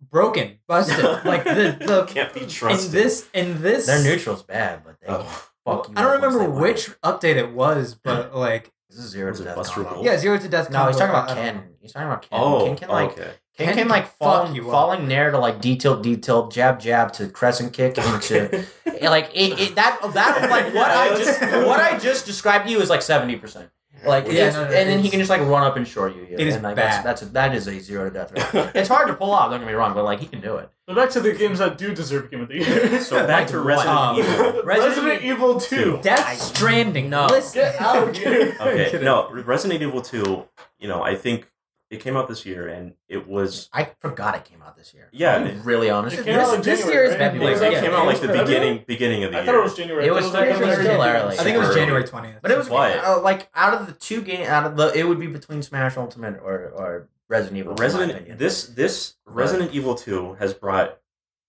Speaker 2: broken, busted. like the the
Speaker 1: can't be trusted.
Speaker 2: in this in this.
Speaker 4: Their neutral's bad, but they
Speaker 1: Oh.
Speaker 4: fuck you.
Speaker 2: I don't
Speaker 4: up once
Speaker 2: remember
Speaker 4: they win.
Speaker 2: which update it was, but like
Speaker 4: This is zero
Speaker 1: Was
Speaker 4: to
Speaker 1: it
Speaker 4: death.
Speaker 1: Buster
Speaker 4: combo.
Speaker 1: Gold?
Speaker 2: yeah, zero to death.
Speaker 4: No, he's talking
Speaker 2: combo, uh,
Speaker 4: about
Speaker 2: I don't know.
Speaker 4: Ken. He's talking about Ken.
Speaker 1: Oh,
Speaker 4: Ken can like
Speaker 1: okay.
Speaker 4: Ken
Speaker 2: Ken
Speaker 4: can like
Speaker 2: can fuck
Speaker 4: fall,
Speaker 2: you up.
Speaker 4: falling there to like detailed, detailed jab, jab to crescent kick into yeah, like it, it that that like what I just what I just described to you is like seventy percent. Like
Speaker 2: Yeah,
Speaker 4: it's-
Speaker 2: no, no,
Speaker 4: and then he
Speaker 2: it's-
Speaker 4: can just like run up and short you.
Speaker 2: It is
Speaker 4: and, like,
Speaker 2: bad.
Speaker 4: That's, that's a, that is a zero to death. Right? it's hard to pull off. Don't get me wrong, but like he can do it.
Speaker 3: But back to the games that do deserve Game of the Year.
Speaker 1: so back to
Speaker 4: Like
Speaker 1: Resident
Speaker 2: what?
Speaker 1: Evil.
Speaker 3: Resident,
Speaker 4: Resident
Speaker 3: Evil 2.
Speaker 4: I-
Speaker 2: Death Stranding.
Speaker 4: No.
Speaker 2: listen.
Speaker 3: Get out of here.
Speaker 1: Okay, no, Resident Evil Two. You know, I think it came out this year, and it was
Speaker 4: I forgot it came out this year.
Speaker 1: Yeah,
Speaker 4: I'm
Speaker 1: it-
Speaker 4: really honest.
Speaker 3: It
Speaker 4: with
Speaker 3: came
Speaker 4: you.
Speaker 3: out
Speaker 2: This-
Speaker 3: like
Speaker 2: this
Speaker 3: January,
Speaker 2: year has
Speaker 3: right?
Speaker 2: been
Speaker 1: like
Speaker 2: Yeah,
Speaker 1: it came out like the
Speaker 3: February?
Speaker 1: beginning beginning of the
Speaker 3: I thought
Speaker 1: year.
Speaker 3: it was January.
Speaker 4: It
Speaker 3: I
Speaker 4: was
Speaker 3: thought it
Speaker 2: still-
Speaker 3: was
Speaker 2: it was
Speaker 3: January.
Speaker 4: still early.
Speaker 2: I think it was
Speaker 1: Early.
Speaker 2: January twentieth.
Speaker 4: But it was
Speaker 1: Why?
Speaker 4: uh, like out of the two game out of the it would be between Smash Ultimate or, or Resident Evil. in my
Speaker 1: Resident
Speaker 4: opinion.
Speaker 1: this this Resident Evil Two has brought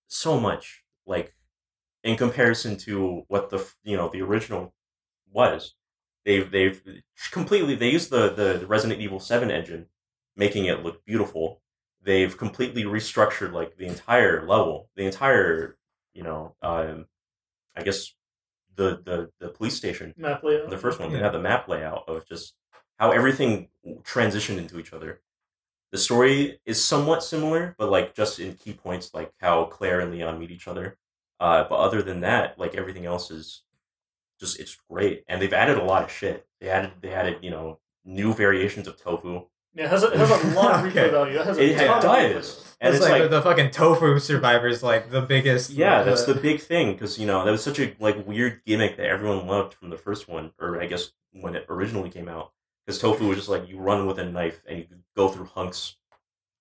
Speaker 1: so much like in comparison to what the f- you know the original was. They've they've completely they used the the Resident Evil Seven engine, making it look beautiful. They've completely restructured like the entire level, the entire you know um, I guess the the the police station
Speaker 3: Map layout.
Speaker 1: the first one. They
Speaker 2: Yeah.
Speaker 1: had the map layout of just how everything transitioned into each other. The story is somewhat similar, but like just in key points, like how Claire and Leon meet each other. Uh, but other than that, like everything else is just it's great, and they've added a lot of shit. They added they added you know new variations of tofu.
Speaker 3: Yeah, it has a, it has a lot of
Speaker 2: Okay.
Speaker 3: replay value. It has a
Speaker 1: It,
Speaker 3: ton
Speaker 1: it
Speaker 3: of
Speaker 1: does, and
Speaker 2: That's
Speaker 1: it's
Speaker 2: like,
Speaker 1: like
Speaker 2: the, the fucking tofu survivors, like the biggest.
Speaker 1: Yeah, that's
Speaker 2: uh,
Speaker 1: the big thing because you know that was such a like weird gimmick that everyone loved from the first one, or I guess when it originally came out, because tofu was just like you run with a knife and you go through hunks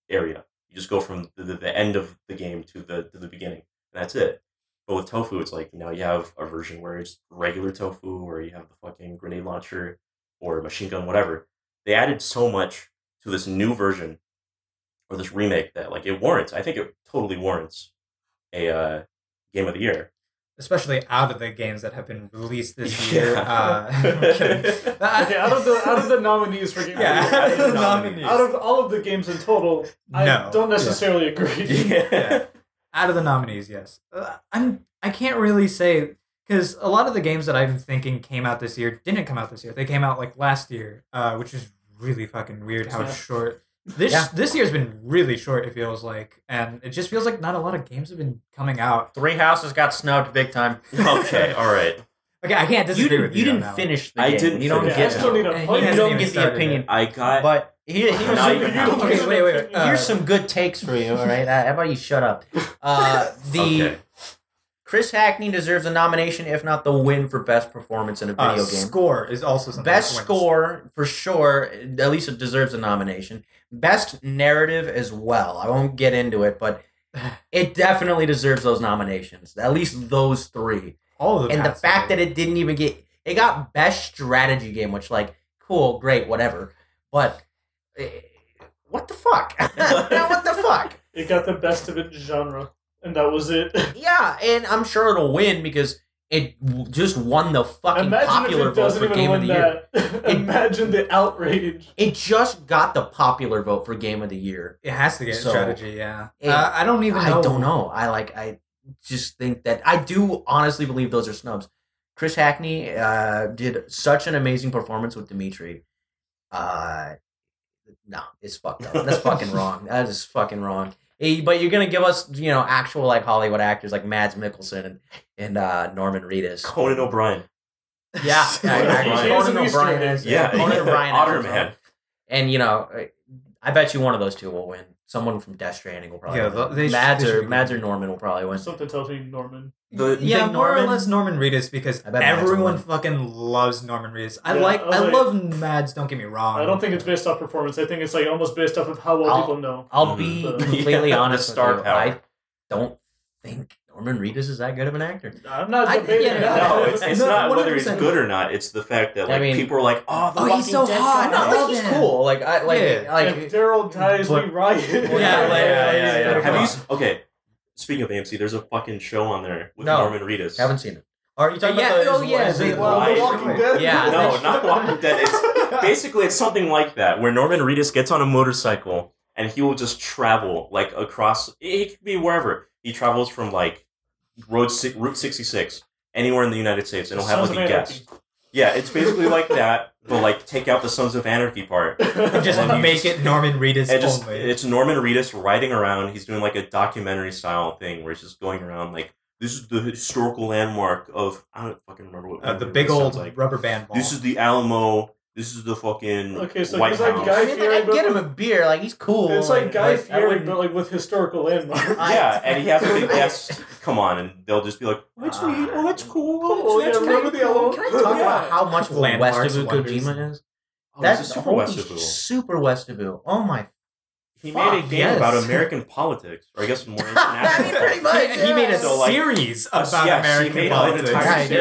Speaker 1: area. You just go from the, the, the end of the game to the to the beginning, and that's it. But with tofu, it's like you know you have a version where it's regular tofu, or you have the fucking grenade launcher, or machine gun, whatever. They added so much to this new version or this remake that like it warrants. I think it totally warrants a uh, game of the year.
Speaker 2: especially out of the games that have been released this
Speaker 1: Yeah.
Speaker 2: year. Uh, okay.
Speaker 3: Okay, out of the out of the nominees for Game
Speaker 2: yeah,
Speaker 3: of the
Speaker 2: out of
Speaker 3: Year,
Speaker 2: the
Speaker 1: nominees.
Speaker 2: nominees,
Speaker 3: out of all of the games in total,
Speaker 2: No.
Speaker 3: I don't
Speaker 2: Yeah.
Speaker 3: necessarily agree.
Speaker 1: Yeah.
Speaker 2: out of the nominees, yes. Uh, I'm I can't really say because a lot of the games that I'm thinking came out this year didn't come out this year. They came out like last year, uh, which is really fucking weird how
Speaker 3: Yeah.
Speaker 2: short. This
Speaker 4: Yeah.
Speaker 2: this year's been really short. It feels like, and it just feels like not a lot of games have been coming out.
Speaker 4: Three Houses got snubbed big time.
Speaker 1: okay, all right.
Speaker 2: Okay, I can't
Speaker 4: you
Speaker 2: disagree
Speaker 4: didn't,
Speaker 2: with
Speaker 4: you
Speaker 2: you. on
Speaker 4: didn't
Speaker 2: that one.
Speaker 4: finish the
Speaker 1: I
Speaker 4: game.
Speaker 1: didn't
Speaker 4: You don't
Speaker 1: finish
Speaker 3: Yeah, I
Speaker 4: get.
Speaker 1: it.
Speaker 3: still need a
Speaker 2: And he
Speaker 3: play.
Speaker 4: you
Speaker 2: hasn't
Speaker 4: don't
Speaker 2: even
Speaker 4: get the
Speaker 2: started
Speaker 4: opinion.
Speaker 1: I got
Speaker 4: But here, here's,
Speaker 1: Not
Speaker 4: some,
Speaker 1: even
Speaker 4: here's
Speaker 1: half.
Speaker 2: Okay, wait, wait, wait, uh,
Speaker 4: some good takes for you. All right, Uh, how about you shut up? Uh, the
Speaker 1: okay.
Speaker 4: Chris Hackney deserves a nomination, if not the win, for best performance in a
Speaker 2: Uh,
Speaker 4: video game.
Speaker 2: Score is also something
Speaker 4: Best
Speaker 2: that wins.
Speaker 4: score for sure. At least it deserves a nomination. Best narrative as well. I won't get into it, but it definitely deserves those nominations. At least those three.
Speaker 2: All of the
Speaker 4: and the
Speaker 2: past
Speaker 4: fact
Speaker 2: three.
Speaker 4: that it didn't even get it got best strategy game, which like cool, great, whatever. But eh, what the fuck? Now, what the fuck?
Speaker 3: It got the best of its genre. and that was it.
Speaker 4: Yeah, and I'm sure it'll win because it w- just won the fucking
Speaker 3: Imagine if
Speaker 4: popular
Speaker 3: it
Speaker 4: vote
Speaker 3: doesn't
Speaker 4: for
Speaker 3: even
Speaker 4: Game of
Speaker 3: win
Speaker 4: the Year.
Speaker 3: that. Imagine the outrage.
Speaker 4: It just got the popular vote for Game of the Year.
Speaker 2: It has to get
Speaker 4: So-
Speaker 2: strategy, yeah.
Speaker 4: It-
Speaker 2: uh, I don't even know.
Speaker 4: I don't know. I like. I just think that I do honestly believe those are snubs. Chris Hackney uh, did such an amazing performance with Dimitri. Uh, no, it's fucked up. That's fucking wrong. That is fucking wrong. Eh, But you're gonna give us, you know, actual like Hollywood actors like Mads Mikkelsen and, and uh, Norman Reedus.
Speaker 1: Conan O'Brien.
Speaker 4: Yeah, yeah, exactly.
Speaker 1: He
Speaker 3: is an
Speaker 4: Conan
Speaker 3: Easter
Speaker 4: O'Brien
Speaker 3: egg.
Speaker 4: is
Speaker 1: Yeah,
Speaker 4: Conan
Speaker 1: yeah.
Speaker 4: O'Brien is
Speaker 1: Otter
Speaker 4: as well.
Speaker 1: Man.
Speaker 4: And you know, I- I bet you one of those two will win. Someone from Death Stranding will probably
Speaker 2: Yeah,
Speaker 4: win.
Speaker 2: they- they
Speaker 4: Mads
Speaker 2: should- they
Speaker 4: or
Speaker 2: should-
Speaker 4: Mads or Norman will probably win.
Speaker 3: Something tells me Norman.
Speaker 1: The-
Speaker 4: You
Speaker 2: Yeah,
Speaker 4: think
Speaker 2: more or
Speaker 4: Norman?
Speaker 2: less Norman Reedus because
Speaker 4: I bet Mads will
Speaker 2: everyone
Speaker 4: win.
Speaker 2: fucking loves Norman Reedus. I
Speaker 3: Yeah,
Speaker 2: like,
Speaker 3: I
Speaker 2: I,
Speaker 3: was like-
Speaker 2: love Mads. Don't get me wrong.
Speaker 3: I don't think it's based off performance. I think it's like almost based off of how well
Speaker 4: I'll-
Speaker 3: people know.
Speaker 4: I'll be
Speaker 3: Mhm.
Speaker 4: completely
Speaker 1: Yeah, the
Speaker 4: honest.
Speaker 1: star
Speaker 4: with you.
Speaker 1: power.
Speaker 4: I don't think Norman Reedus is that good of an actor.
Speaker 3: I'm not
Speaker 4: I-
Speaker 3: debating
Speaker 4: yeah,
Speaker 3: that.
Speaker 1: No, it's, it's
Speaker 2: No,
Speaker 1: not whether he's
Speaker 2: 100%.
Speaker 1: good or not. It's the fact that
Speaker 4: I
Speaker 1: like
Speaker 4: mean-
Speaker 1: people are like, oh, the
Speaker 2: Oh, he's
Speaker 1: Walking
Speaker 2: so
Speaker 1: Dead
Speaker 2: hot.
Speaker 1: guy."
Speaker 2: No,
Speaker 4: like
Speaker 2: love
Speaker 4: he's
Speaker 2: him.
Speaker 4: cool. Like I like
Speaker 2: Yeah.
Speaker 3: if
Speaker 4: like
Speaker 3: Daryl dies,
Speaker 4: But-
Speaker 3: we riot.
Speaker 4: yeah, yeah, yeah, yeah, yeah.
Speaker 1: Have you
Speaker 4: on.
Speaker 1: s- okay? Speaking of AMC, there's a fucking show on there with
Speaker 4: No.
Speaker 1: Norman Reedus.
Speaker 4: haven't seen it. Are you talking
Speaker 2: Yeah,
Speaker 4: about the,
Speaker 2: oh, yeah,
Speaker 4: is it-
Speaker 2: they-
Speaker 1: well, The
Speaker 2: Why?
Speaker 1: Walking
Speaker 3: Dead?
Speaker 4: Yeah.
Speaker 1: no, not Walking Dead. It's basically it's something like that where Norman Reedus gets on a motorcycle and he will just travel like across. It could be wherever he travels from, like road si- Route 66, anywhere in the United States, and he'll have
Speaker 3: Sons
Speaker 1: like
Speaker 3: of
Speaker 1: a guest. Yeah, it's basically like that, but like take out the Sons of Anarchy part.
Speaker 3: Anarchy.
Speaker 2: just
Speaker 1: And you
Speaker 2: make
Speaker 1: just-
Speaker 2: it Norman Reedus
Speaker 1: It just
Speaker 2: only.
Speaker 1: it's Norman Reedus riding around. He's doing like a documentary style thing where he's just going around like this is the historical landmark of I don't fucking remember what
Speaker 2: uh, the
Speaker 1: Norman
Speaker 2: big
Speaker 1: Reedus
Speaker 2: old
Speaker 1: sounds like.
Speaker 2: rubber band ball.
Speaker 1: This is the Alamo. This is the fucking
Speaker 3: Okay, so
Speaker 1: White
Speaker 3: he's like
Speaker 1: House.
Speaker 3: Guy
Speaker 4: I mean, like,
Speaker 3: Fieri,
Speaker 4: I
Speaker 3: but
Speaker 4: get him
Speaker 3: with-
Speaker 4: a beer. Like he's cool.
Speaker 3: It's like Guy
Speaker 4: I
Speaker 3: Fieri,
Speaker 4: wouldn't-
Speaker 3: but like with historical landmarks.
Speaker 4: I-
Speaker 1: yeah, and he has a big guest come on, and they'll just be like, "That's
Speaker 4: Ah.
Speaker 1: neat. Oh, that's cool.
Speaker 3: Cool,
Speaker 1: that's
Speaker 3: yeah,
Speaker 1: kinda
Speaker 3: remember the Alamo?
Speaker 4: Can I talk
Speaker 1: Yeah.
Speaker 4: about how much west
Speaker 2: Landmarks
Speaker 4: of
Speaker 2: wonders.
Speaker 4: Kojima is?
Speaker 1: Oh,
Speaker 4: That's
Speaker 1: this is super
Speaker 4: holy
Speaker 1: Westerboo.
Speaker 4: Super Westabu. Oh my.
Speaker 1: He
Speaker 4: fuck,
Speaker 1: made a game
Speaker 4: yes.
Speaker 1: about American politics, or I guess more
Speaker 4: I mean,
Speaker 1: international.
Speaker 4: pretty much.
Speaker 2: he, he made a
Speaker 1: So, like,
Speaker 2: series
Speaker 1: Uh,
Speaker 2: about
Speaker 1: yes,
Speaker 2: American
Speaker 1: he made an
Speaker 2: politics.
Speaker 1: entire
Speaker 4: Yeah, he did.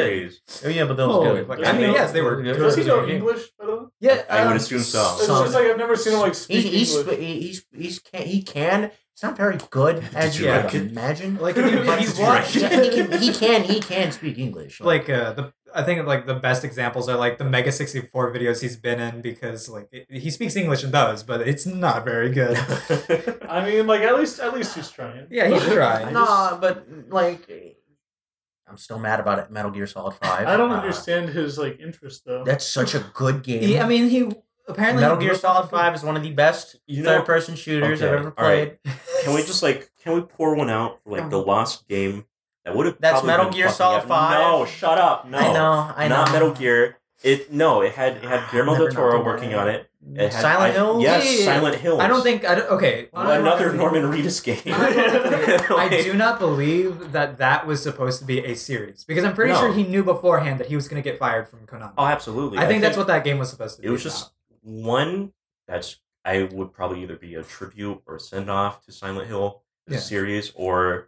Speaker 1: series.
Speaker 4: Oh, yeah, but that was
Speaker 2: Holy
Speaker 4: good.
Speaker 2: fuck.
Speaker 1: I mean,
Speaker 2: yes, they were good.
Speaker 3: Does he know
Speaker 4: Yeah.
Speaker 3: English? I don't know.
Speaker 2: Yeah,
Speaker 1: I would
Speaker 2: um,
Speaker 1: assume so.
Speaker 3: It's
Speaker 4: Some-
Speaker 3: just like I've never seen him like
Speaker 4: He,
Speaker 3: speak
Speaker 4: he's,
Speaker 3: English.
Speaker 4: he's, he's can, he can. He's not very good, as you
Speaker 2: Yeah.
Speaker 4: would imagine.
Speaker 2: Like if you,
Speaker 4: But
Speaker 2: if you
Speaker 1: Right.
Speaker 2: watch,
Speaker 4: he, can, he can. He can speak English.
Speaker 2: like uh, the I think like the best examples are like the Mega sixty four videos he's been in because like it, he speaks English in those, but it's not very good.
Speaker 3: I mean, like at least at least he's trying.
Speaker 2: yeah, he's
Speaker 4: no,
Speaker 2: trying.
Speaker 4: but like, I'm still mad about it. Metal Gear Solid Five.
Speaker 3: I don't
Speaker 4: Uh,
Speaker 3: understand his like interest though.
Speaker 4: That's such a good game.
Speaker 2: He, I mean, he apparently
Speaker 4: Metal Gear Solid Five is one of the best
Speaker 1: You know-
Speaker 4: third-person shooters
Speaker 1: Okay,
Speaker 4: I've ever
Speaker 1: all right.
Speaker 4: played.
Speaker 1: Can we just like can we pour one out for like the lost game that would have
Speaker 4: That's
Speaker 1: probably
Speaker 4: Metal
Speaker 1: been
Speaker 4: Gear
Speaker 1: fucking
Speaker 4: Solid
Speaker 1: up?
Speaker 4: 5.
Speaker 1: No, shut up. No.
Speaker 4: I know. I know.
Speaker 1: Not Metal Gear. It no, it had it
Speaker 2: Ah,
Speaker 1: had Guillermo
Speaker 4: Never
Speaker 1: del Toro
Speaker 4: knocked it
Speaker 1: working
Speaker 4: down.
Speaker 1: on it. it had,
Speaker 4: Silent
Speaker 1: I-
Speaker 4: Hill.
Speaker 1: Yes,
Speaker 2: Yeah.
Speaker 1: Silent Hill.
Speaker 2: I don't think I don't, okay.
Speaker 1: another Norman Reedus game.
Speaker 2: Ironically, I
Speaker 1: Like-
Speaker 2: do not believe that that was supposed to be a series because I'm pretty
Speaker 1: No.
Speaker 2: sure he knew beforehand that he was going to get fired from Konami.
Speaker 1: Oh, absolutely.
Speaker 2: I, think that's what that game was supposed to be.
Speaker 1: it was.
Speaker 2: about.
Speaker 1: Just one that's I would probably either be a tribute or a send off to Silent Hill the
Speaker 2: Yeah.
Speaker 1: series, or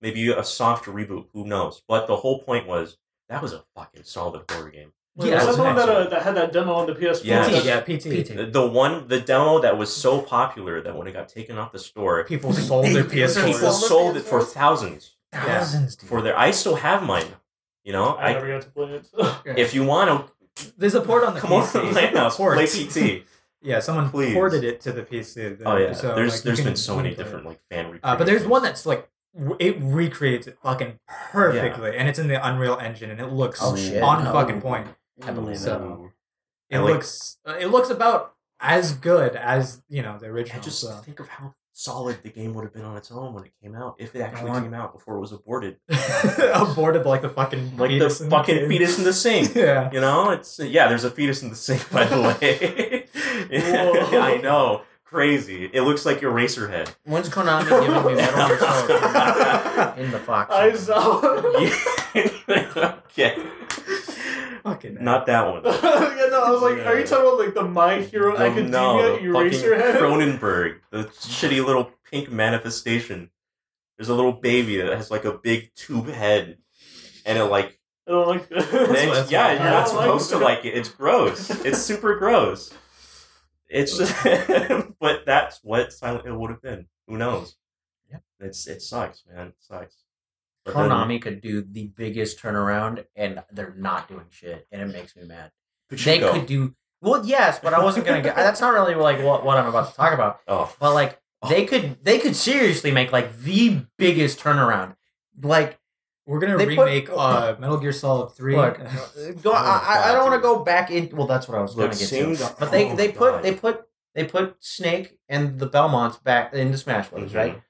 Speaker 1: maybe a soft reboot. Who knows? But the whole point was that was a fucking solid horror game.
Speaker 3: Wait,
Speaker 2: Yeah,
Speaker 3: was
Speaker 2: that's
Speaker 3: that the one that,
Speaker 1: excellent.
Speaker 3: uh, that had that demo on the PS4?
Speaker 1: Yeah.
Speaker 2: PT,
Speaker 3: That's-
Speaker 2: yeah, PT.
Speaker 1: The, the one, the demo that was so popular that when it got taken off the store,
Speaker 2: People sold their PS4.
Speaker 1: people
Speaker 4: sold it
Speaker 1: sold
Speaker 4: for
Speaker 1: it for thousands.
Speaker 4: Thousands. dude.
Speaker 1: For their, I still have mine. You know,
Speaker 3: I
Speaker 1: I,
Speaker 3: never got to play it.
Speaker 1: if you want
Speaker 2: There's a port on
Speaker 1: to
Speaker 2: the
Speaker 1: come over
Speaker 2: PC.
Speaker 1: to my house,
Speaker 2: Ports.
Speaker 1: play PT.
Speaker 2: Yeah, someone
Speaker 1: Please.
Speaker 2: ported it to the PC.
Speaker 1: Oh yeah,
Speaker 2: so,
Speaker 1: there's
Speaker 2: like, you
Speaker 1: there's
Speaker 2: can-
Speaker 1: been so
Speaker 2: you
Speaker 1: many
Speaker 2: can play it.
Speaker 1: different like fan recreations.
Speaker 2: Uh, but there's one that's like w- it recreates it fucking perfectly, and it's in the Unreal Engine, and it looks
Speaker 4: Oh, shit.
Speaker 2: on
Speaker 4: No.
Speaker 2: fucking point.
Speaker 4: I believe
Speaker 2: so- It
Speaker 1: And, like-
Speaker 2: looks uh, it looks about as good as you know the
Speaker 1: I
Speaker 2: original.
Speaker 1: just
Speaker 2: so.
Speaker 1: think of how solid the game would have been on its own when it came out, if it actually
Speaker 2: Uh-huh.
Speaker 4: Come on.
Speaker 1: came out before it was aborted,
Speaker 2: aborted like the fucking
Speaker 1: like
Speaker 2: fetus
Speaker 1: the
Speaker 2: in
Speaker 1: fucking
Speaker 2: game.
Speaker 1: fetus in the sink.
Speaker 2: Yeah.
Speaker 1: You know, it's yeah. There's a fetus in the sink, by the way.
Speaker 3: Whoa.
Speaker 1: I know, crazy. It looks like Eraserhead.
Speaker 4: When's Konami giving me Metal Gear Solid in the Fox?
Speaker 3: I saw.
Speaker 1: Yeah. okay,
Speaker 2: Fucking
Speaker 1: not that one.
Speaker 3: yeah, no, I was like, are you talking about like uh, the My Hero
Speaker 1: The-
Speaker 3: Academia
Speaker 1: Oh, no, the fucking
Speaker 3: Eraserhead?
Speaker 1: Cronenberg, the shitty little pink manifestation. There's a little baby that has like a big tube head, and it like
Speaker 3: I don't like that.
Speaker 1: Then-
Speaker 2: what- that's
Speaker 1: yeah,
Speaker 2: what-
Speaker 1: you're not
Speaker 3: I don't like
Speaker 1: supposed to
Speaker 3: that.
Speaker 1: like it. It's gross. It's super gross. It's just, but that's what Silent Hill would have been. Who knows?
Speaker 4: Yeah.
Speaker 1: It's it sucks, man. It sucks. But then-
Speaker 4: Konami could do the biggest turnaround, and they're not doing shit, and it makes me mad. They
Speaker 1: Pachinko.
Speaker 4: could do well, yes, but I wasn't gonna. get That's not really like what, what I'm about to talk about.
Speaker 1: Oh,
Speaker 4: But like they could, they could seriously make like the biggest turnaround. Like,
Speaker 2: We're gonna
Speaker 4: They put-
Speaker 2: remake uh, Metal Gear Solid Three.
Speaker 4: look, go, I, I- I don't want to
Speaker 1: Oh, dude.
Speaker 4: go back in. Well, that's what I was
Speaker 1: look,
Speaker 4: gonna get
Speaker 1: seeing
Speaker 4: to.
Speaker 1: the-
Speaker 4: But they
Speaker 1: oh
Speaker 4: they
Speaker 1: my
Speaker 4: put
Speaker 1: God.
Speaker 4: they put they put Snake and the Belmonts back into Smash Bros.
Speaker 1: Mhm.
Speaker 4: Right,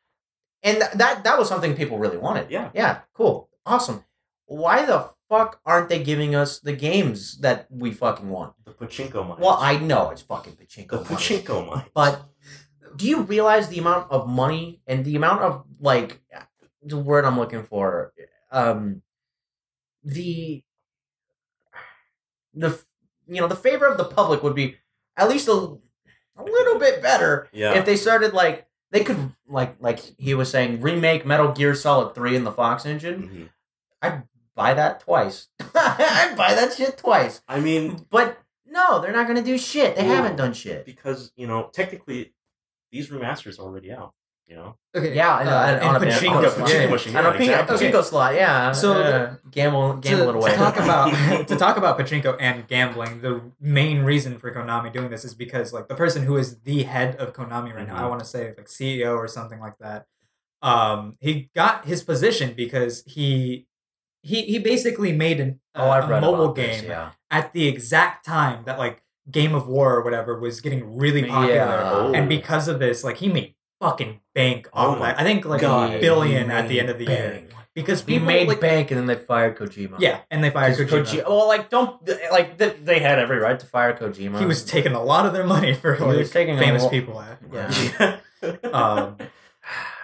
Speaker 4: and th- that that was something people really wanted.
Speaker 1: Yeah.
Speaker 4: yeah, cool, awesome. Why the fuck aren't they giving us the games that we fucking want?
Speaker 1: the pachinko mines.
Speaker 4: Well, I know it's fucking pachinko.
Speaker 1: the
Speaker 4: money.
Speaker 1: pachinko mines.
Speaker 4: But do you realize the amount of money and the amount of like the word I'm looking for? Um, the the you know the favor of the public would be at least a, a little bit better
Speaker 1: yeah,
Speaker 4: if they started like they could like like he was saying remake Metal Gear Solid Three in the Fox engine.
Speaker 1: Mhm.
Speaker 4: Buy that twice. I'd buy that shit twice.
Speaker 1: I mean,
Speaker 4: But no, they're not gonna do shit. They
Speaker 1: Yeah.
Speaker 4: haven't done shit.
Speaker 1: because you know, technically, these remasters are already out. You know,
Speaker 2: okay,
Speaker 4: Yeah, I know, I-
Speaker 2: and
Speaker 4: on a bit-
Speaker 2: Pachinko,
Speaker 4: on a
Speaker 2: Pachinko
Speaker 4: slide.
Speaker 1: machine,
Speaker 4: on a
Speaker 1: yeah,
Speaker 4: pin-
Speaker 1: exactly.
Speaker 4: pachinko slot, yeah.
Speaker 2: So,
Speaker 4: uh, gamble,
Speaker 2: To-
Speaker 4: gamble it
Speaker 2: to
Speaker 4: away.
Speaker 2: talk about to talk about pachinko and gambling, the main reason for Konami doing this is because like the person who is the head of Konami right now, I
Speaker 4: Mm-hmm.
Speaker 1: Mhm.
Speaker 2: want to say like CEO or something like that. Um, he got his position because he he he basically made an,
Speaker 4: oh, I've
Speaker 2: a
Speaker 4: read
Speaker 2: mobile
Speaker 4: about
Speaker 2: game
Speaker 4: This, yeah.
Speaker 2: at the exact time that like Game of War or whatever was getting really popular,
Speaker 4: Yeah.
Speaker 1: Oh.
Speaker 2: and because of this, like he made fucking bank
Speaker 1: Oh
Speaker 2: on
Speaker 1: my
Speaker 2: that. I think like
Speaker 1: God.
Speaker 2: a
Speaker 4: He
Speaker 2: billion at the
Speaker 4: made
Speaker 2: end of the year
Speaker 4: bank.
Speaker 2: because
Speaker 4: He
Speaker 2: people
Speaker 4: made
Speaker 2: like,
Speaker 4: bank and then they fired Kojima.
Speaker 2: yeah, and they fired
Speaker 4: 'Cause
Speaker 2: Kojima.
Speaker 4: Koji- Well, like don't like th- they had every right to fire Kojima.
Speaker 2: He was taking a lot of their money for
Speaker 4: He
Speaker 2: like,
Speaker 4: was taking a
Speaker 2: famous
Speaker 4: lo-
Speaker 2: people. At.
Speaker 4: Yeah.
Speaker 2: Um,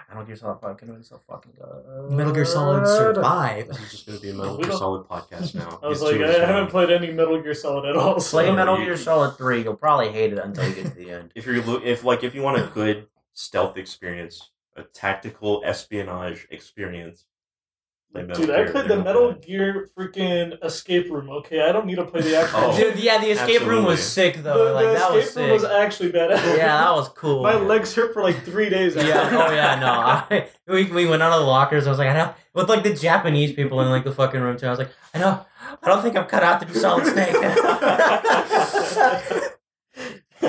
Speaker 4: I don't give yourself fucking give yourself fucking good.
Speaker 2: Metal Gear Solid Survive.
Speaker 1: this is just going to be a Metal Gear Solid podcast now.
Speaker 3: I was
Speaker 1: These two
Speaker 3: like,
Speaker 1: are just
Speaker 3: I haven't
Speaker 1: gonna-
Speaker 3: played any Metal Gear Solid at all. So.
Speaker 4: Play
Speaker 1: Like-
Speaker 4: Metal Gear Solid Three. You'll probably hate it until you get to the end.
Speaker 1: If you're lo- if like if you want a good stealth experience, a tactical espionage experience, play Metal
Speaker 3: Dude, I
Speaker 1: Gear.
Speaker 3: played
Speaker 1: They're
Speaker 3: the
Speaker 1: not
Speaker 3: Metal
Speaker 1: bad.
Speaker 3: Gear freaking escape room. Okay, I don't need to play the actual.
Speaker 1: Oh,
Speaker 4: Dude, yeah, the escape room was sick
Speaker 3: the,
Speaker 4: though. like
Speaker 3: the
Speaker 4: that was
Speaker 3: escape
Speaker 4: sick.
Speaker 3: room was actually bad.
Speaker 4: yeah, that was cool.
Speaker 3: My legs hurt for like three days. after
Speaker 4: yeah.
Speaker 3: that.
Speaker 4: Oh yeah. No. I, we we went out of the lockers. I was like, I know. With like the Japanese people in like the fucking room too. I was like, I know. I don't think I'm cut out to be Solid Snake.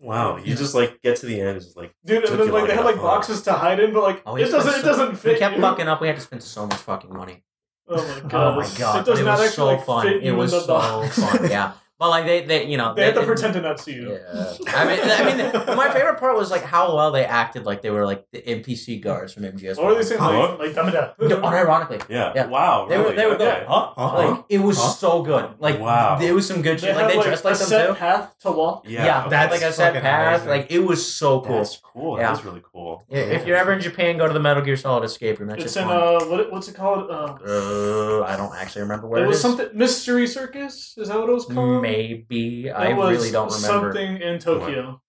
Speaker 1: wow, you just like get to the end, it's just like
Speaker 3: dude.
Speaker 1: Took
Speaker 3: And then
Speaker 1: you
Speaker 3: like they
Speaker 1: long
Speaker 3: had like
Speaker 1: enough, huh?
Speaker 3: boxes to hide in, but like
Speaker 4: Oh, he
Speaker 3: it doesn't.
Speaker 4: spent
Speaker 3: it
Speaker 4: so-
Speaker 3: doesn't fit.
Speaker 4: we kept
Speaker 3: you.
Speaker 4: fucking up. We had to spend so much fucking money.
Speaker 3: Oh my
Speaker 4: Oh
Speaker 3: god.
Speaker 4: my god.
Speaker 3: It does
Speaker 4: it
Speaker 3: not
Speaker 4: was
Speaker 3: actually
Speaker 4: so
Speaker 3: like,
Speaker 4: fun.
Speaker 3: fit
Speaker 4: It
Speaker 3: you
Speaker 4: was
Speaker 3: in
Speaker 4: so
Speaker 3: the box.
Speaker 4: fun. Yeah. But like they, they you know
Speaker 3: They had to
Speaker 4: didn't-
Speaker 3: pretend to not see you.
Speaker 4: Yeah. I mean, I mean, my favorite part was like how well they acted, like they were like the NPC guards from MGS.
Speaker 3: What were they saying?
Speaker 1: Huh?
Speaker 3: Like, like dumb it down.
Speaker 4: No, unironically,
Speaker 1: yeah,
Speaker 4: Yeah.
Speaker 1: wow,
Speaker 4: they
Speaker 1: really?
Speaker 4: were they were
Speaker 1: okay.
Speaker 4: going, huh?
Speaker 2: Huh?
Speaker 4: Like it was
Speaker 2: Huh?
Speaker 4: so good. Like
Speaker 1: Uh-huh. Wow.
Speaker 4: there was some good
Speaker 3: They
Speaker 4: shit. Like
Speaker 3: had
Speaker 4: they
Speaker 3: like
Speaker 4: dressed
Speaker 3: a
Speaker 4: like
Speaker 3: set
Speaker 4: them too.
Speaker 3: path to walk.
Speaker 1: yeah, okay.
Speaker 2: that's
Speaker 4: like I said,
Speaker 2: fucking
Speaker 4: path.
Speaker 2: amazing.
Speaker 4: Like it was so cool.
Speaker 1: That's cool.
Speaker 4: Yeah.
Speaker 1: That is really cool.
Speaker 4: Yeah, If you're ever in Japan, go to the Metal Gear Solid Escape Room. That's
Speaker 3: It's
Speaker 4: just
Speaker 3: in
Speaker 4: fun.
Speaker 3: uh, what, what's it called? Um,
Speaker 4: Uh, I don't actually remember where
Speaker 3: it
Speaker 4: it
Speaker 3: was
Speaker 4: is.
Speaker 3: something Mystery Circus. Is that what it was called?
Speaker 4: Maybe
Speaker 3: That
Speaker 4: I
Speaker 3: was
Speaker 4: really don't remember.
Speaker 3: Something in Tokyo.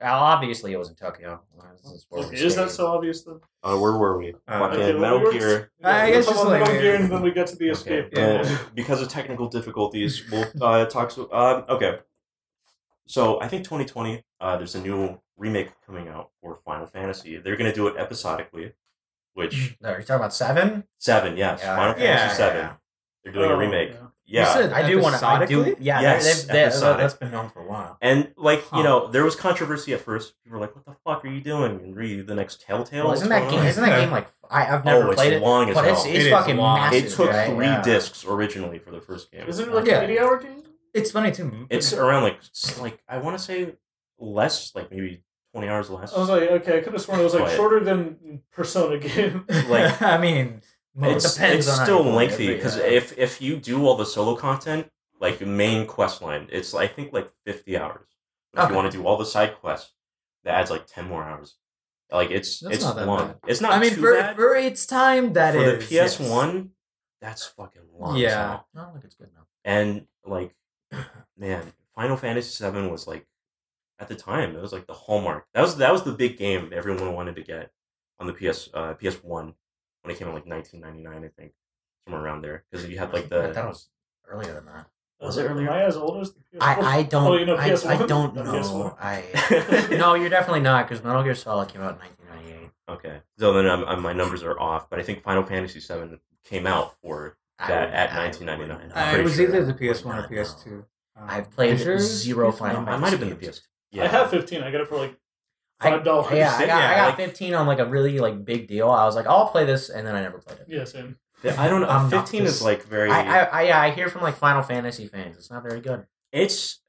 Speaker 4: Well, obviously, it was in Tokyo. That's where we
Speaker 3: Okay, is that
Speaker 4: stayed.
Speaker 3: so obvious though?
Speaker 1: Uh, where were we?
Speaker 2: Uh,
Speaker 1: Fucking
Speaker 3: okay, well,
Speaker 1: Metal
Speaker 3: we were-
Speaker 1: Gear.
Speaker 2: I
Speaker 3: we
Speaker 2: guess
Speaker 3: talked
Speaker 2: just
Speaker 3: about
Speaker 2: like-
Speaker 3: Metal Gear, and then we got to the escape.
Speaker 2: Yeah.
Speaker 1: Uh, because of technical difficulties, we'll uh, talk. To, um, okay, so I think 2020. Uh, there's a new remake coming out for Final Fantasy. They're gonna do it episodically,
Speaker 2: Mm-hmm.
Speaker 1: which
Speaker 4: No, you're talking about seven.
Speaker 1: seven, yes,
Speaker 4: Yeah.
Speaker 1: Final
Speaker 2: Yeah,
Speaker 1: Fantasy seven.
Speaker 4: yeah.
Speaker 1: They're doing a
Speaker 3: Oh,
Speaker 1: remake.
Speaker 3: yeah.
Speaker 1: Yeah,
Speaker 2: said
Speaker 4: I do want to. I do.
Speaker 2: episodically?
Speaker 4: Yeah,
Speaker 1: Yes,
Speaker 4: they, they, they,
Speaker 1: episodic.
Speaker 4: that's been known for a while.
Speaker 1: and like
Speaker 2: Huh.
Speaker 1: you know, there was controversy at first. People were like, "What the fuck are you doing?" And re the next Telltale.
Speaker 4: Well,
Speaker 1: What's
Speaker 4: isn't that
Speaker 1: going
Speaker 4: game?
Speaker 1: on?
Speaker 4: Isn't that game like I, I've
Speaker 1: Oh,
Speaker 4: never
Speaker 1: it's
Speaker 4: played it,
Speaker 1: long as
Speaker 4: but it's,
Speaker 1: hell.
Speaker 4: it's
Speaker 2: It is
Speaker 4: fucking
Speaker 2: long.
Speaker 4: massive.
Speaker 1: It took
Speaker 4: right?
Speaker 1: three
Speaker 4: Yeah.
Speaker 1: discs originally for the first game.
Speaker 3: Isn't it like
Speaker 4: Yeah.
Speaker 3: an eighty-hour game?
Speaker 2: It's funny too.
Speaker 1: It's around like s- like I want to say less, like maybe twenty hours less.
Speaker 3: I was like, okay, I could have sworn it was like
Speaker 1: Quiet.
Speaker 3: shorter than Persona game.
Speaker 1: like-
Speaker 2: I mean,
Speaker 1: it's,
Speaker 2: most-
Speaker 4: depends
Speaker 1: it's
Speaker 4: on how
Speaker 1: still
Speaker 4: you play it,
Speaker 1: lengthy
Speaker 4: but
Speaker 1: because
Speaker 4: yeah.
Speaker 1: if if you do all the solo content, like main quest line, it's I think like fifty hours. If
Speaker 4: Okay.
Speaker 1: you want to do all the side quests, that adds like ten more hours. Like it's
Speaker 2: That's
Speaker 1: it's
Speaker 2: not that
Speaker 1: long.
Speaker 2: bad.
Speaker 1: It's not.
Speaker 2: I mean,
Speaker 1: too
Speaker 2: for,
Speaker 1: bad.
Speaker 2: for its time, that
Speaker 1: for
Speaker 2: is
Speaker 1: the PS One, that's fucking long. as
Speaker 2: Yeah.
Speaker 1: hell.
Speaker 4: No, look, it's good now.
Speaker 1: and like, man, Final Fantasy VII was like at the time it was like the hallmark. That was that was the big game that everyone wanted to get on the PS uh, PS One when it came out like nineteen ninety nine, I think, somewhere around there because you had like
Speaker 4: I thought
Speaker 1: the
Speaker 4: it was earlier than that. Was it
Speaker 3: Am
Speaker 4: earlier?
Speaker 3: I as old as?
Speaker 4: I, I don't
Speaker 3: Oh, you know,
Speaker 4: I,
Speaker 3: PS1?
Speaker 4: I don't
Speaker 3: No,
Speaker 4: know.
Speaker 3: PS1.
Speaker 4: I no, you're definitely not because Metal Gear Solid came out in 1998.
Speaker 1: okay. So then I'm, i my numbers are off, but I think Final Fantasy VII came out for.
Speaker 4: I
Speaker 1: That-
Speaker 4: would-
Speaker 1: at
Speaker 4: I
Speaker 1: 1999.
Speaker 4: wouldn't know.
Speaker 1: I'm
Speaker 2: Uh,
Speaker 1: pretty
Speaker 2: it was
Speaker 1: sure
Speaker 2: either
Speaker 4: I
Speaker 2: the
Speaker 4: would
Speaker 2: PS1 or
Speaker 4: not know.
Speaker 2: PS2. Um,
Speaker 4: uh, I've played
Speaker 2: sure it's
Speaker 4: zero
Speaker 2: PS1?
Speaker 4: Final
Speaker 1: I might have been the
Speaker 4: Fantasy games.
Speaker 1: PS.
Speaker 3: I have 15. I got it for like
Speaker 4: I-
Speaker 3: five dollars.
Speaker 4: Yeah, I got, I
Speaker 2: Yeah,
Speaker 4: got
Speaker 1: like-
Speaker 4: 15 on like a really like big deal. I was like, I'll play this, and then I never played it.
Speaker 3: Yeah, same.
Speaker 1: Yeah, I don't know.
Speaker 4: I'm not
Speaker 1: Fifteen
Speaker 4: this-
Speaker 1: is like very.
Speaker 4: I, I, I, yeah, I hear from like Final Fantasy fans. It's not very good.
Speaker 1: it's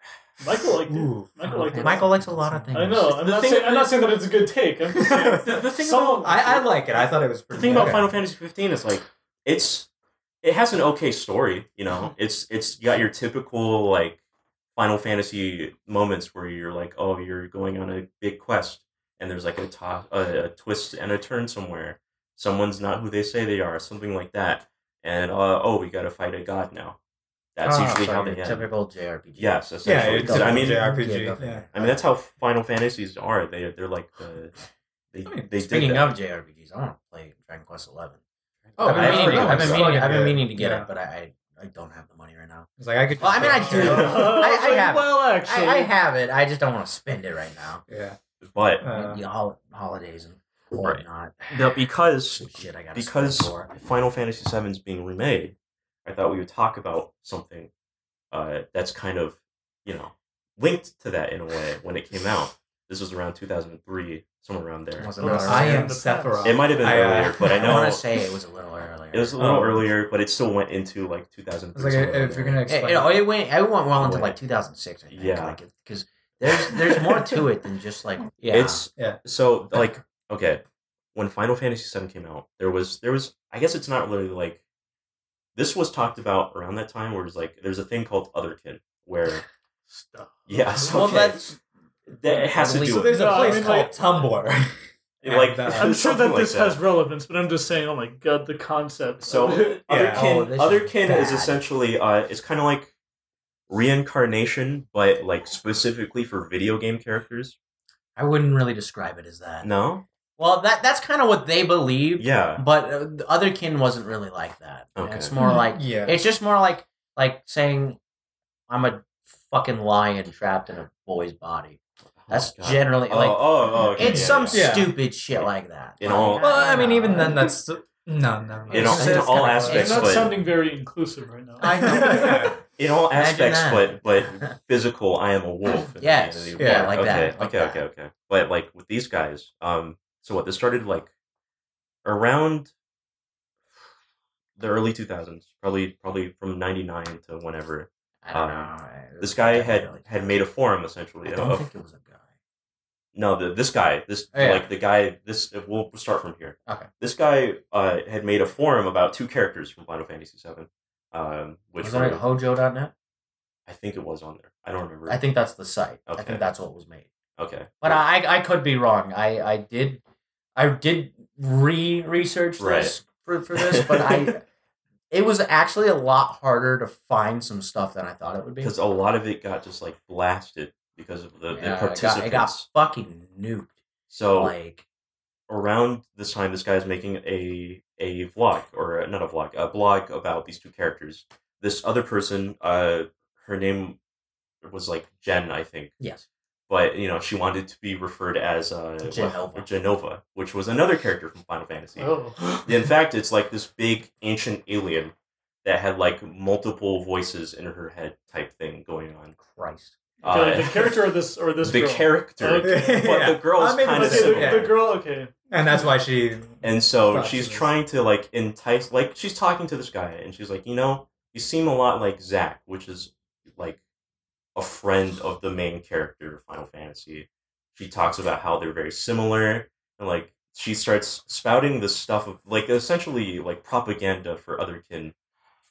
Speaker 3: Michael liked it.
Speaker 2: Ooh.
Speaker 3: Michael liked it.
Speaker 4: Michael likes a lot of things.
Speaker 3: I know. I'm
Speaker 1: The
Speaker 3: not,
Speaker 1: thing-
Speaker 3: saying, I'm not saying that it's a good take. I'm just saying
Speaker 1: the, the thing
Speaker 3: Some-
Speaker 1: about
Speaker 2: I, I like it. I thought it was
Speaker 1: the
Speaker 2: pretty
Speaker 1: thing
Speaker 2: good.
Speaker 1: about Final Fantasy 15 is like it's it has an okay story, you
Speaker 4: Mm-hmm.
Speaker 1: know. It's it's you got your typical like Final Fantasy moments where you're like, oh, you're going on a big quest, and there's like a, to- a, a twist and a turn somewhere. Someone's not who they say they are, something like that. And uh, oh, we got to fight a god now. That's
Speaker 4: Oh,
Speaker 1: usually
Speaker 4: so
Speaker 1: how
Speaker 4: your
Speaker 1: they end.
Speaker 4: Typical JRPG.
Speaker 1: Yes,
Speaker 2: yeah,
Speaker 1: essentially.
Speaker 2: it's
Speaker 1: So, I mean,
Speaker 4: Yeah,
Speaker 2: JRPG.
Speaker 4: yeah.
Speaker 2: Yeah.
Speaker 1: I mean that's how Final Fantasies are. They they're like the they they did
Speaker 4: Speaking
Speaker 1: that.
Speaker 4: of JRPGs, I want to play Dragon Quest Eleven.
Speaker 2: Oh,
Speaker 4: I've been
Speaker 2: I
Speaker 4: meaning, to-
Speaker 2: forgot.
Speaker 4: I've been
Speaker 2: It's
Speaker 4: meaning,
Speaker 2: fucking
Speaker 4: I've been
Speaker 2: good.
Speaker 4: meaning to get
Speaker 2: Yeah.
Speaker 4: it, but I, I, I don't have the money right now.
Speaker 2: It's like I could.
Speaker 4: Well, I
Speaker 2: just
Speaker 4: mean, I
Speaker 2: go-
Speaker 4: do. I- I have it.
Speaker 3: well,
Speaker 4: I,
Speaker 3: actually,
Speaker 4: I have it. I just don't want to spend it right now.
Speaker 2: Yeah.
Speaker 1: but
Speaker 2: Uh,
Speaker 4: the hol- holidays and
Speaker 1: Right.
Speaker 4: whatnot.
Speaker 1: now because
Speaker 4: Some shit I got
Speaker 1: because
Speaker 4: for.
Speaker 1: Final Fantasy VII is being remade, I thought we would talk about something uh, that's kind of, you know, linked to that in a way when it came out. This was around 2003, somewhere around there.
Speaker 4: Was it
Speaker 3: Well,
Speaker 4: another
Speaker 2: I
Speaker 4: earlier?
Speaker 2: am Sephiroth.
Speaker 1: It might have been
Speaker 2: I, uh,
Speaker 1: earlier, but I
Speaker 4: I want
Speaker 1: know
Speaker 4: to say it was a little earlier.
Speaker 1: it was a little
Speaker 2: Oh.
Speaker 1: earlier, but it still went into like
Speaker 2: It's
Speaker 1: 2003.
Speaker 2: like
Speaker 1: somewhere around
Speaker 2: if you're gonna
Speaker 4: It,
Speaker 2: explain,
Speaker 4: it, it went. It went well into
Speaker 1: Wait.
Speaker 4: like 2006. I think.
Speaker 1: Yeah.
Speaker 4: because there's there's more to it than just like yeah.
Speaker 1: there. It's
Speaker 2: Yeah.
Speaker 1: so like okay, when Final Fantasy VII came out, there was there was I guess it's not really like this was talked about around that time where it's like there's a thing called Other Kid where
Speaker 3: stuff.
Speaker 1: yeah so
Speaker 4: well,
Speaker 1: okay.
Speaker 4: that's
Speaker 1: That it has to
Speaker 4: At
Speaker 1: do
Speaker 2: so
Speaker 1: with
Speaker 2: there's a
Speaker 3: No, I
Speaker 2: place
Speaker 3: mean,
Speaker 2: called
Speaker 3: like-
Speaker 2: Tumblr.
Speaker 1: it, like
Speaker 2: Yeah,
Speaker 3: I'm sure
Speaker 1: Uh, something
Speaker 3: that
Speaker 1: like
Speaker 3: this has relevance, but I'm just saying, oh my god, the concept.
Speaker 1: so
Speaker 3: of it.
Speaker 1: other
Speaker 2: Yeah.
Speaker 1: kin
Speaker 4: Oh, this
Speaker 1: other
Speaker 4: is
Speaker 1: kin is
Speaker 4: bad.
Speaker 1: essentially uh it's kind of like reincarnation but like specifically for video game characters
Speaker 4: I wouldn't really describe it as that.
Speaker 1: no
Speaker 4: Well, that that's kind of what they believe,
Speaker 1: yeah
Speaker 4: but uh, the other kin wasn't really like that. And
Speaker 1: Okay.
Speaker 4: It's more like
Speaker 2: yeah.
Speaker 4: it's just more like like saying I'm a fucking lion trapped in a boy's body. That's
Speaker 1: Oh, God.
Speaker 4: generally
Speaker 1: oh,
Speaker 4: like
Speaker 1: oh, oh, okay,
Speaker 4: it's
Speaker 1: yeah,
Speaker 4: some
Speaker 1: yeah.
Speaker 2: yeah.
Speaker 4: stupid shit like that.
Speaker 1: In
Speaker 4: Like,
Speaker 1: all-
Speaker 2: well, I mean,
Speaker 4: uh,
Speaker 2: even then, that's still, no, no. no.
Speaker 1: In
Speaker 2: It's
Speaker 1: all-
Speaker 2: just-
Speaker 1: in
Speaker 2: it's
Speaker 1: all
Speaker 2: kinda
Speaker 3: it's
Speaker 1: aspects,
Speaker 3: not
Speaker 1: but-
Speaker 3: sounding very inclusive right now.
Speaker 4: I know.
Speaker 1: in all
Speaker 4: Imagine
Speaker 1: aspects but
Speaker 4: that.
Speaker 1: but physical i am a wolf in the end
Speaker 4: Yes.
Speaker 1: of the
Speaker 2: Yeah,
Speaker 1: world.
Speaker 4: like
Speaker 1: okay
Speaker 4: that, like
Speaker 1: okay
Speaker 4: that.
Speaker 1: okay okay but like with these guys um so what this started like around the early 2000s probably probably from 99 to whenever
Speaker 4: I don't
Speaker 1: Um,
Speaker 4: know.
Speaker 1: this guy had
Speaker 4: Definitely.
Speaker 1: had made a forum essentially
Speaker 4: I
Speaker 1: of,
Speaker 4: don't
Speaker 1: of-
Speaker 4: think it was a guy.
Speaker 1: no the, this guy this
Speaker 4: Oh, yeah.
Speaker 1: like the guy this uh, we'll start from here
Speaker 4: Okay.
Speaker 1: this guy uh, had made a forum about two characters from final fantasy 7 um, which
Speaker 4: Was that
Speaker 1: were-
Speaker 4: at hojo.net?
Speaker 1: i think it was on there i don't remember
Speaker 4: I think that's the site. I
Speaker 1: Okay.
Speaker 4: think that's what was made.
Speaker 1: okay
Speaker 4: But I I could be wrong. I I did I did re research this for, for this, but I it was actually a lot harder to find some stuff than I thought it would be.
Speaker 1: because a lot of it got just like blasted because of the,
Speaker 4: Yeah,
Speaker 1: the
Speaker 4: it got-
Speaker 1: participants Oh.
Speaker 4: It got, fucking nuked.
Speaker 1: so
Speaker 4: Like
Speaker 1: around this time, this guy's making a a vlog or uh, not a vlog, a blog about these two characters. This other person, uh, her name was like Jen, I think,
Speaker 4: yes,
Speaker 1: but you know she wanted to be referred as uh,
Speaker 4: Genova.
Speaker 1: Genova, which was another character from Final Fantasy.
Speaker 3: Oh.
Speaker 1: In fact, it's like this big ancient alien that had like multiple voices in her head type thing going on.
Speaker 4: Christ.
Speaker 3: Okay,
Speaker 1: Uh,
Speaker 3: the character or this or this
Speaker 1: the
Speaker 3: girl.
Speaker 1: character,
Speaker 3: Okay.
Speaker 1: but the
Speaker 2: Yeah.
Speaker 1: girl's
Speaker 2: I mean,
Speaker 1: kind of
Speaker 2: but
Speaker 3: Okay,
Speaker 1: similar.
Speaker 3: the, the girl. Okay,
Speaker 2: and that's why she.
Speaker 1: And so
Speaker 2: Gotcha.
Speaker 1: she's trying to like entice, like she's talking to this guy, and she's like, you know, you seem a lot like Zach, which is like a friend of the main character of Final Fantasy. She talks about how they're very similar, and like she starts spouting this stuff of like essentially like propaganda for Otherkin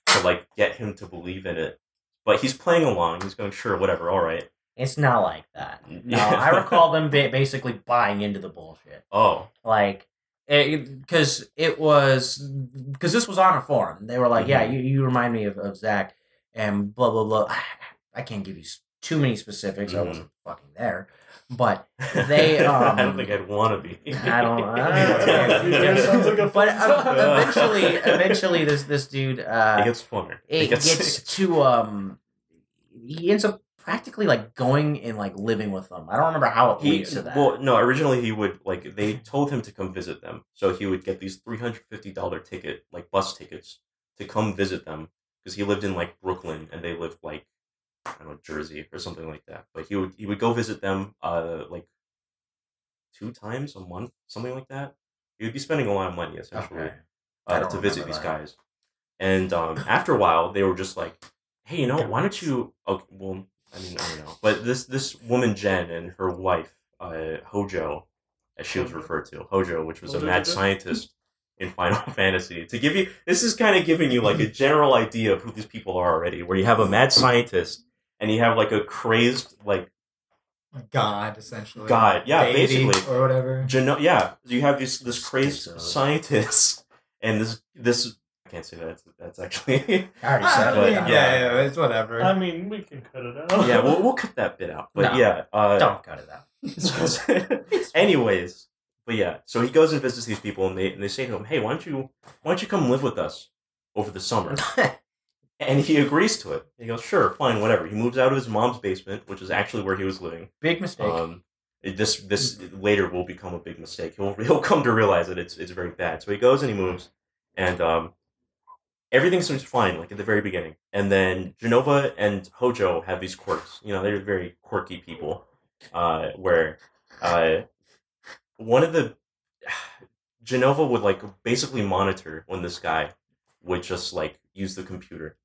Speaker 1: to like get him to believe in it. But he's playing along. He's going, sure, whatever, all right.
Speaker 4: It's not like that. No,
Speaker 1: Yeah.
Speaker 4: I recall them ba- basically buying into the bullshit.
Speaker 1: Oh,
Speaker 4: like because it, was because this was on a forum they were like yeah you, you remind me of, of zach and blah blah blah i can't give you s- too many specifics i
Speaker 1: Mhm.
Speaker 4: wasn't fucking there but They, um,
Speaker 1: I don't think I'd want to be.
Speaker 4: I don't-
Speaker 3: I don't know. It sounds like a
Speaker 4: but
Speaker 3: fun time.
Speaker 4: um, eventually eventually this this dude
Speaker 1: it
Speaker 4: uh
Speaker 1: gets funner.
Speaker 4: it gets to um he ends up practically like going and like living with them. I don't remember how it
Speaker 1: He
Speaker 4: leads to that.
Speaker 1: well, no. Originally, he would like they told him to come visit them, so he would get these three hundred fifty dollar ticket, like bus tickets, to come visit them because he lived in like Brooklyn and they lived like I don't know Jersey or something like that. But he would he would go visit them, uh, like two times a month, something like that. He would be spending a lot of money essentially
Speaker 4: Okay. I
Speaker 1: uh,
Speaker 4: don't
Speaker 1: to visit
Speaker 4: remember
Speaker 1: these
Speaker 4: that.
Speaker 1: guys. And um, after a while, they were just like, "Hey, you know, why don't you?" Okay, well, I mean, I don't know, but this this woman Jen and her wife uh, Hojo, as she was referred to, Hojo, which was a
Speaker 3: Hojo
Speaker 1: mad
Speaker 3: Hojo?
Speaker 1: scientist in Final Fantasy. To give you, this is kind of giving you like a general idea of who these people are already. Where you have a mad scientist and you have like a crazed like
Speaker 2: God, essentially.
Speaker 1: god, yeah,
Speaker 2: Deity
Speaker 1: basically.
Speaker 2: Or whatever.
Speaker 1: Geno- yeah, you have this this crazed
Speaker 4: Schizo.
Speaker 1: scientist and this this I can't say that that's actually
Speaker 4: I already
Speaker 2: I
Speaker 4: said
Speaker 1: but-
Speaker 2: mean,
Speaker 4: it.
Speaker 2: yeah, yeah, it's whatever.
Speaker 3: I mean, we can cut it out.
Speaker 1: yeah we'll, we'll cut that bit out but
Speaker 4: No.
Speaker 1: yeah uh,
Speaker 4: Don't cut it out.
Speaker 1: anyways but yeah so he goes and visits these people and they and they say to him hey why don't you why don't you come live with us over the summer and he agrees to it he goes sure fine whatever he moves out of his mom's basement which is actually where he was living
Speaker 4: Big mistake.
Speaker 1: Um, it- this this
Speaker 4: Mm.
Speaker 1: later will become a big mistake. He'll he'll come to realize that it's it's very bad. So he goes and he moves, and um, everything seems fine, like at the very beginning. And then Genova and Hojo have these quirks. You know, they're very quirky people. Uh, where uh, one of the Genova would like basically monitor when this guy would just like use the computer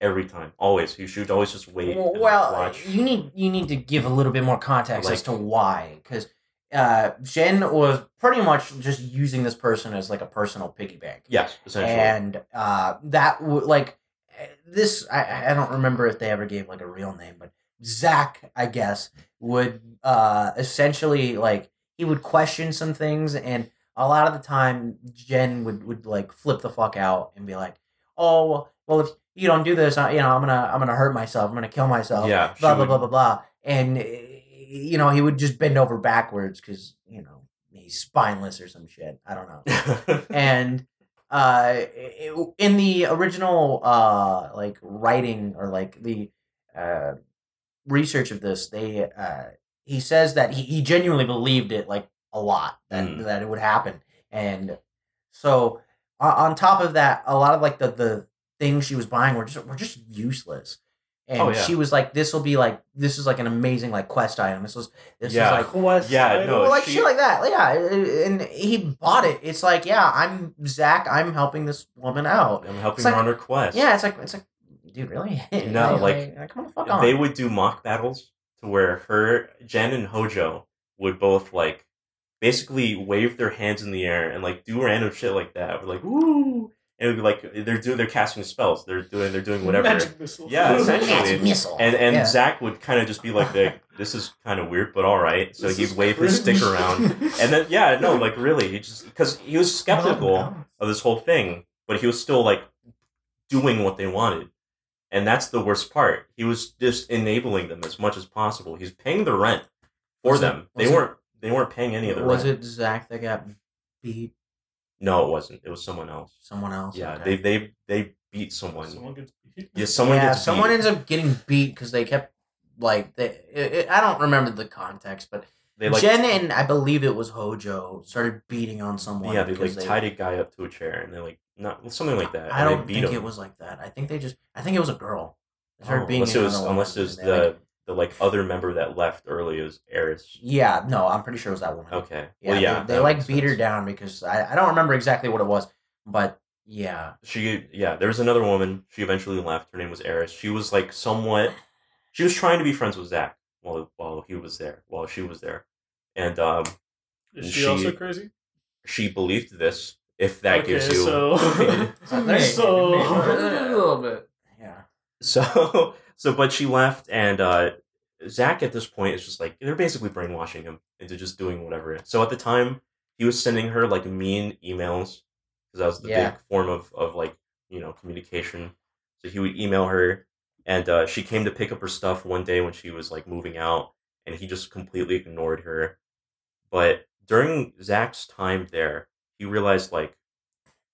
Speaker 1: every time, always. He should always just wait. and,
Speaker 4: Well,
Speaker 1: like,
Speaker 4: well
Speaker 1: watch.
Speaker 4: you need you need to give a little bit more context
Speaker 1: Like-
Speaker 4: as to why, because uh, Jen was pretty much just using this person as like a personal piggy bank,
Speaker 1: yes, essentially.
Speaker 4: and uh, that would like eh, this. I- I, I don't remember if they ever gave like a real name, but Zach, I guess, would uh, essentially like he would question some things, and a lot of the time Jen would would like flip the fuck out and be like, "Oh, well, if you don't do this, I, you know, I'm gonna I'm gonna hurt myself, I'm gonna kill myself."
Speaker 1: yeah, she
Speaker 4: blah blah
Speaker 1: would-
Speaker 4: blah blah blah. And uh, you know, he would just bend over backwards because you know he's spineless or some shit. I don't know. and uh, it- it- in the original uh, like writing or like the uh, research of this, they uh, he says that he, he genuinely believed it like a lot that
Speaker 1: Mm.
Speaker 4: that it would happen, and so on, on top of that, a lot of like the the things she was buying were just were just useless. And
Speaker 1: Oh, yeah.
Speaker 4: she was like, "This will be like this is like an amazing like quest item. This was this
Speaker 1: Yeah.
Speaker 4: was like
Speaker 3: Quest
Speaker 1: Yeah,
Speaker 3: item.
Speaker 1: no.
Speaker 4: well, like
Speaker 1: Oh, she-
Speaker 4: shit like that. Yeah, and he bought it. It's like, yeah, I'm Zach. I'm helping this woman out.
Speaker 1: I'm helping
Speaker 4: It's like-
Speaker 1: her on her quest.
Speaker 4: Yeah, it's like, it's like, dude, really?
Speaker 1: No, like,
Speaker 4: come on, the fuck on.
Speaker 1: They would do mock battles to where her Jen and Hojo would both like basically wave their hands in the air and like do random shit like that. We're like, woo and it would be like they're doing they're casting spells, they're doing they're doing whatever.
Speaker 3: Magic missile.
Speaker 1: Yeah, essentially.
Speaker 4: That's missile.
Speaker 1: And and
Speaker 4: Yeah.
Speaker 1: Zach would kind of just be like, the, "This is kind of weird, but all right." So
Speaker 3: This
Speaker 1: he'd
Speaker 3: is
Speaker 1: wave his stick
Speaker 3: cringe.
Speaker 1: around, and then yeah, no, like really, he just because he was skeptical.
Speaker 2: No, no.
Speaker 1: of this whole thing, but he was still like doing what they wanted. And that's the worst part. He was just enabling them as much as possible. He's paying the rent for
Speaker 4: Was it-
Speaker 1: them. they
Speaker 4: was it-
Speaker 1: weren't they weren't paying any of the
Speaker 4: was
Speaker 1: rent.
Speaker 4: it Zach that got beat?
Speaker 1: No, it wasn't. It was someone else.
Speaker 4: Someone else?
Speaker 1: Yeah, they
Speaker 4: Okay.
Speaker 1: they they beat someone.
Speaker 3: Someone gets beat.
Speaker 1: yeah, someone
Speaker 4: yeah,
Speaker 1: gets
Speaker 4: someone
Speaker 1: beat.
Speaker 4: ends up getting beat because they kept like they. It, it, I don't remember the context, but
Speaker 1: they like
Speaker 4: Jen and I believe it was Hojo started beating on someone.
Speaker 1: yeah, they
Speaker 4: because
Speaker 1: like tied a guy up to a chair and they like not well, something like that.
Speaker 4: I
Speaker 1: and they
Speaker 4: don't
Speaker 1: beat
Speaker 4: think
Speaker 1: him.
Speaker 4: it was like that. I think they just. I think it was a girl.
Speaker 1: Oh,
Speaker 4: It started being
Speaker 1: unless it was
Speaker 4: another woman,
Speaker 1: unless it was
Speaker 4: and they,
Speaker 1: the
Speaker 4: like-
Speaker 1: the like other member that left early is Eris.
Speaker 4: yeah, no, I'm pretty sure it was that woman.
Speaker 1: Okay.
Speaker 4: Yeah,
Speaker 1: well, yeah.
Speaker 4: They, they
Speaker 1: that
Speaker 4: like
Speaker 1: makes
Speaker 4: beat her
Speaker 1: sense.
Speaker 4: down because I, I don't remember exactly what it was, but yeah,
Speaker 1: she yeah there was another woman she eventually left her name was eris she was like somewhat she was trying to be friends with zach while while he was there while she was there and um and
Speaker 3: Is she,
Speaker 1: she-
Speaker 3: also crazy?
Speaker 1: she believed this if that
Speaker 3: okay,
Speaker 1: gives you
Speaker 3: so
Speaker 4: So
Speaker 2: Maybe,
Speaker 3: so-
Speaker 2: maybe.
Speaker 3: A
Speaker 4: little bit. Yeah.
Speaker 1: so so but she left and uh zach at this point is just like they're basically brainwashing him into just doing whatever so at the time he was sending her like mean emails because that was the
Speaker 4: Yeah.
Speaker 1: big form of of like you know communication so he would email her and uh, she came to pick up her stuff one day when she was like moving out and he just completely ignored her but during zach's time there he realized like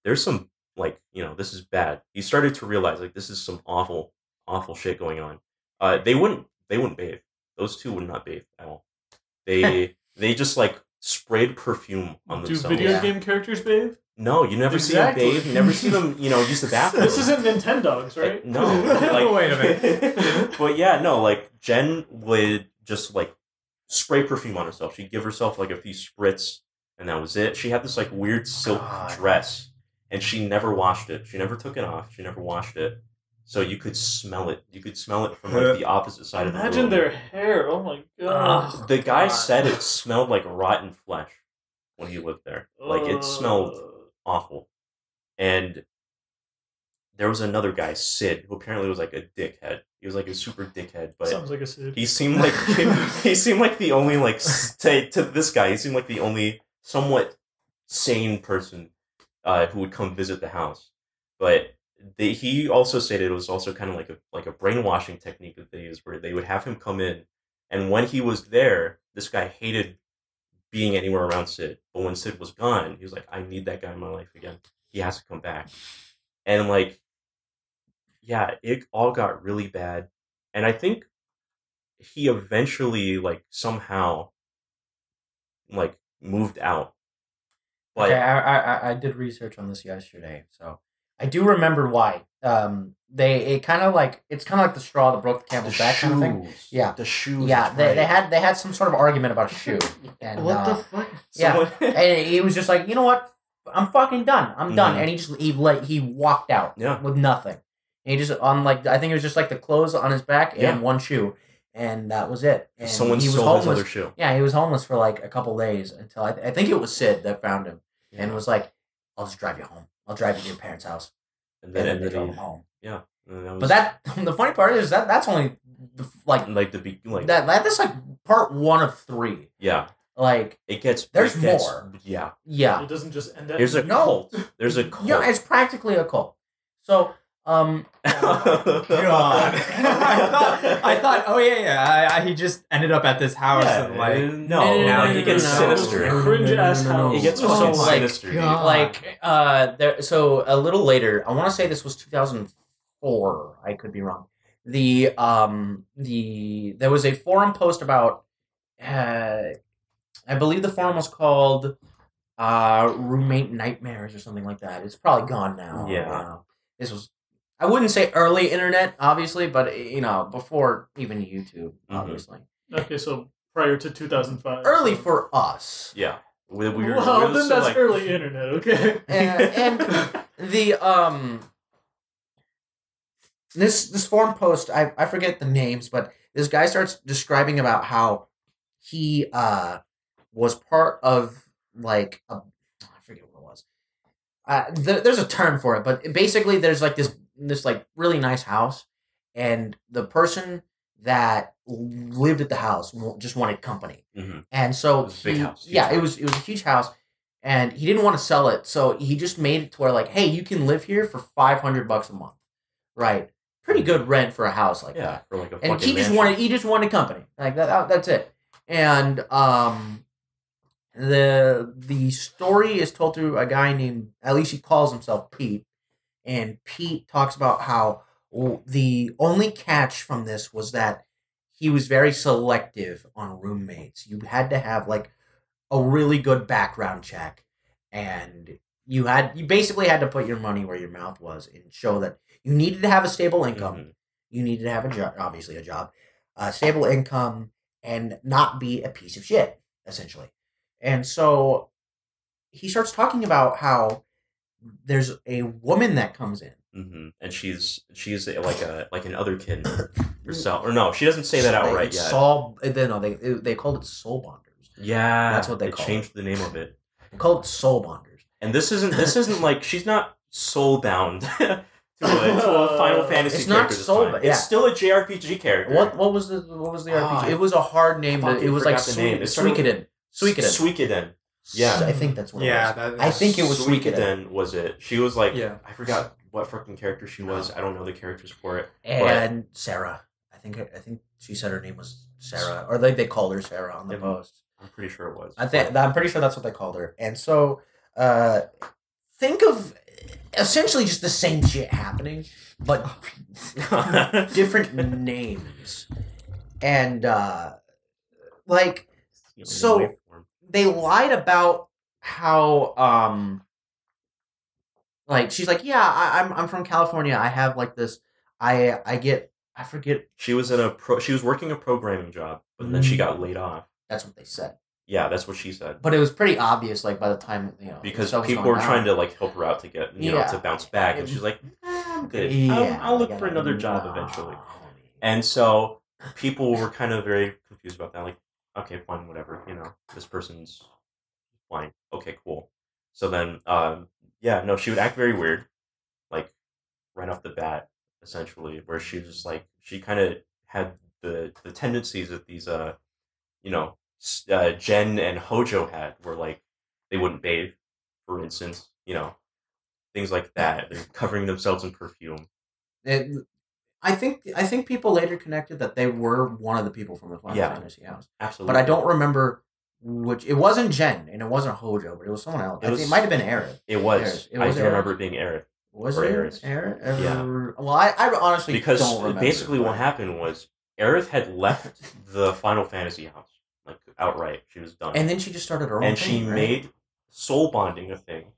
Speaker 1: there's some like you know this is bad he started to realize like this is some awful awful shit going on Uh, they wouldn't. They wouldn't bathe. Those two would not bathe at all. They they just like sprayed perfume on
Speaker 3: Do
Speaker 1: themselves.
Speaker 3: video
Speaker 4: Yeah.
Speaker 3: game characters bathe?
Speaker 1: No, you never
Speaker 3: Exactly.
Speaker 1: see them bathe. You never see them. You know, use the bathroom.
Speaker 3: This isn't Nintendo's, right?
Speaker 1: Like, no, like-
Speaker 2: Wait a
Speaker 1: but yeah, no, like Jen would just like spray perfume on herself. She'd give herself like a few spritz, and that was it. She had this like weird silk
Speaker 2: God.
Speaker 1: dress, and she never washed it. She never took it off. She never washed it. So you could smell it. You could smell it from like the opposite side of the
Speaker 3: Imagine
Speaker 1: room.
Speaker 3: their hair. Oh my god.
Speaker 2: Ugh.
Speaker 1: The guy
Speaker 2: God.
Speaker 1: said it smelled like rotten flesh when he lived there. Like
Speaker 3: Uh,
Speaker 1: it smelled awful. And there was another guy, Sid, who apparently was like a dickhead. He was like a super dickhead, but
Speaker 3: sounds like a Sid.
Speaker 1: he seemed like he seemed like the only like s- to, to this guy. He seemed like the only somewhat sane person uh, who would come visit the house. But they, he also stated it was also kind of like a like a brainwashing technique that they used, where they would have him come in, and when he was there, this guy hated being anywhere around Sid. But when Sid was gone, he was like, "I need that guy in my life again. He has to come back." And like, yeah, it all got really bad. And I think he eventually like somehow like moved out. But
Speaker 4: okay, I, I- I I did research on this yesterday, so I do remember why. Um, they it kind of like it's kind of like the straw that broke the
Speaker 1: the
Speaker 4: camel's back
Speaker 1: shoes,
Speaker 4: kind of thing. Yeah.
Speaker 1: the shoes.
Speaker 4: Yeah,
Speaker 1: that's
Speaker 4: they,
Speaker 1: right.
Speaker 4: they had they had some sort of argument about a shoe, and uh,
Speaker 2: fuck?
Speaker 4: yeah,
Speaker 1: Someone-
Speaker 4: and he was just like, you know what, I'm fucking done, I'm done,
Speaker 1: Mhm.
Speaker 4: and he just he let he walked out
Speaker 1: Yeah.
Speaker 4: with nothing. And he just on like I think it was just like the clothes on his back and
Speaker 1: Yeah.
Speaker 4: one shoe, and that was it. And
Speaker 1: someone
Speaker 4: he was
Speaker 1: stole his
Speaker 4: homeless.
Speaker 1: other shoe.
Speaker 4: Yeah, he was homeless for like a couple days until I, I think it was Sid that found him and was like, "I'll just drive you home. I'll drive you to your parents' house."
Speaker 1: And
Speaker 4: And then,
Speaker 1: then
Speaker 4: they
Speaker 1: ended
Speaker 4: drove him
Speaker 1: up.
Speaker 4: home.
Speaker 1: and was,
Speaker 4: But that the funny part is that that's only the, like
Speaker 1: like the be- like
Speaker 4: that, that that's like part one of three.
Speaker 1: yeah,
Speaker 4: Like
Speaker 1: it gets
Speaker 4: There's
Speaker 1: it gets-
Speaker 4: more.
Speaker 1: Yeah,
Speaker 4: yeah,
Speaker 3: It doesn't just end at
Speaker 1: there's a
Speaker 4: No.
Speaker 1: cult. There's a cult.
Speaker 4: yeah, it's practically a cult. So um,
Speaker 2: God. I thought, I thought, oh yeah, yeah. I, I, he just ended up at this house
Speaker 1: Yeah,
Speaker 2: and like,
Speaker 1: no,
Speaker 2: no,
Speaker 1: now
Speaker 2: no,
Speaker 1: he
Speaker 2: no,
Speaker 1: gets
Speaker 2: no, no.
Speaker 1: sinister.
Speaker 3: Cringe ass house.
Speaker 1: He gets
Speaker 4: So,
Speaker 1: fucking
Speaker 4: like,
Speaker 1: sinister.
Speaker 2: God.
Speaker 4: like uh there so a little later i want to say this was 2004 i could be wrong the um the there was a forum post about uh i believe the forum was called uh roommate nightmares or something like that it's probably gone now
Speaker 1: Yeah.
Speaker 4: Uh, this was i wouldn't say early internet obviously but you know before even youtube
Speaker 1: Mhm.
Speaker 4: obviously
Speaker 3: Okay, so prior to 2005.
Speaker 4: early
Speaker 3: so-
Speaker 4: for us
Speaker 1: Yeah, we, we were,
Speaker 3: well,
Speaker 1: we were
Speaker 3: then
Speaker 1: still,
Speaker 3: that's
Speaker 1: like,
Speaker 3: early internet, okay?
Speaker 4: Uh, and- the um this this forum post I, I forget the names but this guy starts describing about how he uh was part of like a, i forget what it was uh th- there's a term for it but basically there's like this this like really nice house and the person that lived at the house w- just wanted company
Speaker 1: Mhm.
Speaker 4: and so
Speaker 1: It was a big
Speaker 4: he-
Speaker 1: house, huge
Speaker 4: yeah, it
Speaker 1: house.
Speaker 4: was it was a huge house, and he didn't want to sell it, so he just made it to where like, hey, you can live here for five hundred bucks a month, right? Pretty good rent for a house like
Speaker 1: Mm-hmm. yeah,
Speaker 4: that.
Speaker 1: for like a
Speaker 4: And
Speaker 1: fucking
Speaker 4: he just
Speaker 1: mansion.
Speaker 4: wanted he just wanted company like that. that- That's it. And um, the the story is told through a guy named at least he calls himself Pete, and Pete talks about how w- the only catch from this was that he was very selective on roommates. You had to have like a really good background check, and you had you basically had to put your money where your mouth was and show that you needed to have a stable income.
Speaker 1: Mhm.
Speaker 4: You needed to have a job, obviously a job, a stable income, and not be a piece of shit essentially. And so he starts talking about how there's a woman that comes in.
Speaker 1: hmm And she's she's like a like an other kid herself, or no, she doesn't say that outright
Speaker 4: It's
Speaker 1: yet.
Speaker 4: Soul, they, no, they they called it soul bonders.
Speaker 1: yeah,
Speaker 4: That's what they
Speaker 1: it
Speaker 4: call
Speaker 1: changed the name of it.
Speaker 4: They called it soul bonders.
Speaker 1: And this isn't this isn't like she's not soul bound to, a, to a Final Fantasy.
Speaker 4: It's not
Speaker 1: character this
Speaker 4: soul-
Speaker 1: time.
Speaker 4: yeah.
Speaker 1: It's still a JRPG character.
Speaker 4: What what was the what was the
Speaker 1: Oh,
Speaker 4: RPG?
Speaker 1: I
Speaker 4: it was a hard name. To,
Speaker 1: fucking
Speaker 4: it was like
Speaker 1: forgot the name. It started with-
Speaker 4: Suikoden. Suikoden.
Speaker 1: Suikoden. yeah.
Speaker 4: I think that's what
Speaker 2: yeah.
Speaker 4: it was.
Speaker 2: That,
Speaker 4: I think it was Suikoden.
Speaker 1: Suikoden was it? She was like
Speaker 2: Yeah.
Speaker 1: I forgot what freaking character she was. I don't know the characters for it.
Speaker 4: And Sarah. I think I think she said her name was Sarah, or like they called her Sarah on the
Speaker 1: Yeah.
Speaker 4: post.
Speaker 1: I'm pretty sure it was.
Speaker 4: I think I'm pretty sure that's what they called her. And so uh, think of essentially just the same shit happening, but different names. And uh like So- they lied about how um like she's like, Yeah, I, I'm I'm from California. I have like this I I get I forget
Speaker 1: she was in a pro. She was working a programming job, but then
Speaker 4: Mm-hmm.
Speaker 1: she got laid off.
Speaker 4: that's what they said.
Speaker 1: Yeah, that's what she said.
Speaker 4: But it was pretty obvious like by the time you know
Speaker 1: Because
Speaker 4: stuff was
Speaker 1: people
Speaker 4: going
Speaker 1: were
Speaker 4: down.
Speaker 1: trying to like help her out to get you
Speaker 4: Yeah.
Speaker 1: know to bounce back, and she's like, "Ah, "I'm good.
Speaker 4: Yeah,
Speaker 1: I'll, I'll look
Speaker 4: yeah,
Speaker 1: for another job eventually."
Speaker 4: no.
Speaker 1: And so people were kind of very confused about that. Like, okay, fine, whatever. You know, this person's fine. Okay, cool. So then, um, yeah, no, she would act very weird, like right off the bat, essentially, where she was just like she kind of had the the tendencies that these, uh, you know, s- uh, Jen and Hojo had, where like they wouldn't bathe, for instance, you know, things like that. They're covering themselves in perfume.
Speaker 4: It- I think I think people later connected that they were one of the people from the Final
Speaker 1: Yeah.
Speaker 4: Fantasy House,
Speaker 1: Absolutely,
Speaker 4: but I don't remember which. It wasn't Jen and it wasn't Hojo, but it was someone else.
Speaker 1: It
Speaker 4: I think
Speaker 1: was-
Speaker 4: it might have been Eric.
Speaker 1: It was.
Speaker 4: Eric. It
Speaker 1: I
Speaker 4: was
Speaker 1: do
Speaker 4: Eric.
Speaker 1: remember it being Eric.
Speaker 4: Was
Speaker 1: Or
Speaker 4: it
Speaker 1: Aerith.
Speaker 4: Eric?
Speaker 1: Yeah.
Speaker 4: Eric? Well, I, I honestly
Speaker 1: because
Speaker 4: don't remember.
Speaker 1: basically what
Speaker 4: but-
Speaker 1: happened was Aerith had left the Final Fantasy house like outright. She was done,
Speaker 4: and then she just started her own.
Speaker 1: And
Speaker 4: thing,
Speaker 1: she
Speaker 4: right?
Speaker 1: made soul bonding a thing,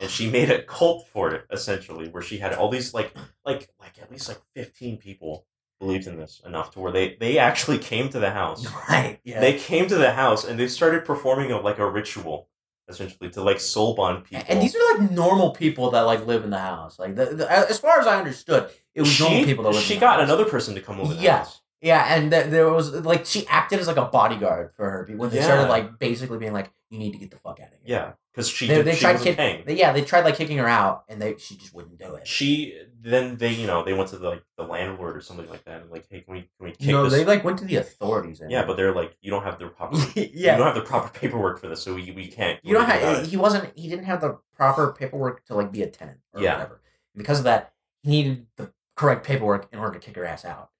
Speaker 1: and she made a cult for it essentially, where she had all these like like like at least like fifteen people believed in this enough to where they they actually came to the house.
Speaker 4: right. Yeah.
Speaker 1: They came to the house and they started performing a, like a ritual essentially to like soul bond people.
Speaker 4: and these are like normal people that like live in the house. Like the, the, as far as I understood, it was normal people that lived.
Speaker 1: she
Speaker 4: in the
Speaker 1: got
Speaker 4: house.
Speaker 1: another person to come over. the
Speaker 4: Yeah.
Speaker 1: house.
Speaker 4: Yeah, and th- there was like she acted as like a bodyguard for her when they
Speaker 1: Yeah.
Speaker 4: started like basically being like, "You need to get the fuck out of here."
Speaker 1: Yeah, because she
Speaker 4: They-
Speaker 1: did,
Speaker 4: they
Speaker 1: she
Speaker 4: tried
Speaker 1: was
Speaker 4: kid-
Speaker 1: paying.
Speaker 4: They- yeah, they tried like kicking her out, and they she just wouldn't do it.
Speaker 1: She then they you know they went to the, like the landlord or something like that and like hey can we can we kick
Speaker 4: no,
Speaker 1: this?
Speaker 4: they like went to the authorities. And
Speaker 1: yeah, but they're like you don't have the proper you
Speaker 4: yeah,
Speaker 1: don't have the proper paperwork for this, so we, we can't.
Speaker 4: you don't
Speaker 1: do
Speaker 4: have.
Speaker 1: about it."
Speaker 4: He wasn't. He didn't have the proper paperwork to like be a tenant or
Speaker 1: Yeah.
Speaker 4: whatever. And because of that, he needed the correct paperwork in order to kick her ass out.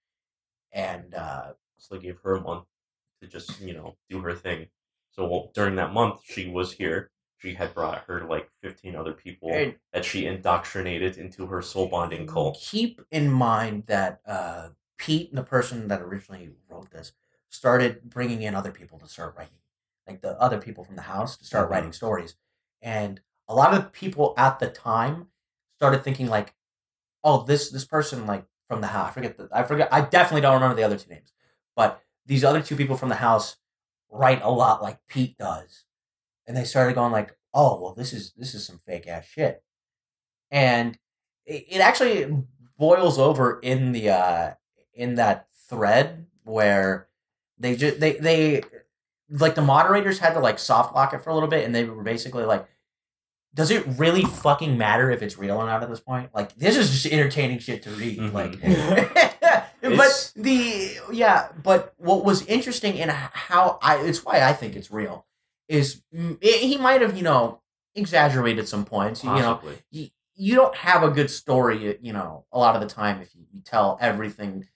Speaker 4: And uh,
Speaker 1: So they gave her a month to just you know do her thing. So well, during that month she was here. She had brought her like fifteen other people
Speaker 4: and
Speaker 1: that she indoctrinated into her soul bonding cult.
Speaker 4: keep in mind that uh, Pete, the person that originally wrote this, started bringing in other people to start writing, like the other people from the house to start
Speaker 1: Mhm.
Speaker 4: writing stories. And a lot of people at the time started thinking like, "Oh, this this person like from the house. I forget the I forget. I definitely don't remember the other two names, but these other two people from the house write a lot like Pete does." And they started going like, "Oh, well, this is this is some fake ass shit," and it, it actually boils over in the uh in that thread where they just they they like the moderators had to like soft lock it for a little bit and they were basically like does it really fucking matter if it's real or not at this point like this is just entertaining shit to read
Speaker 1: Mhm.
Speaker 4: like but
Speaker 1: It's-
Speaker 4: the yeah but what was interesting in how i it's why i think it's real is mm, he might have you know exaggerated some points you know
Speaker 1: Possibly.
Speaker 4: you, you don't have a good story, you know, a lot of the time if you, you tell everything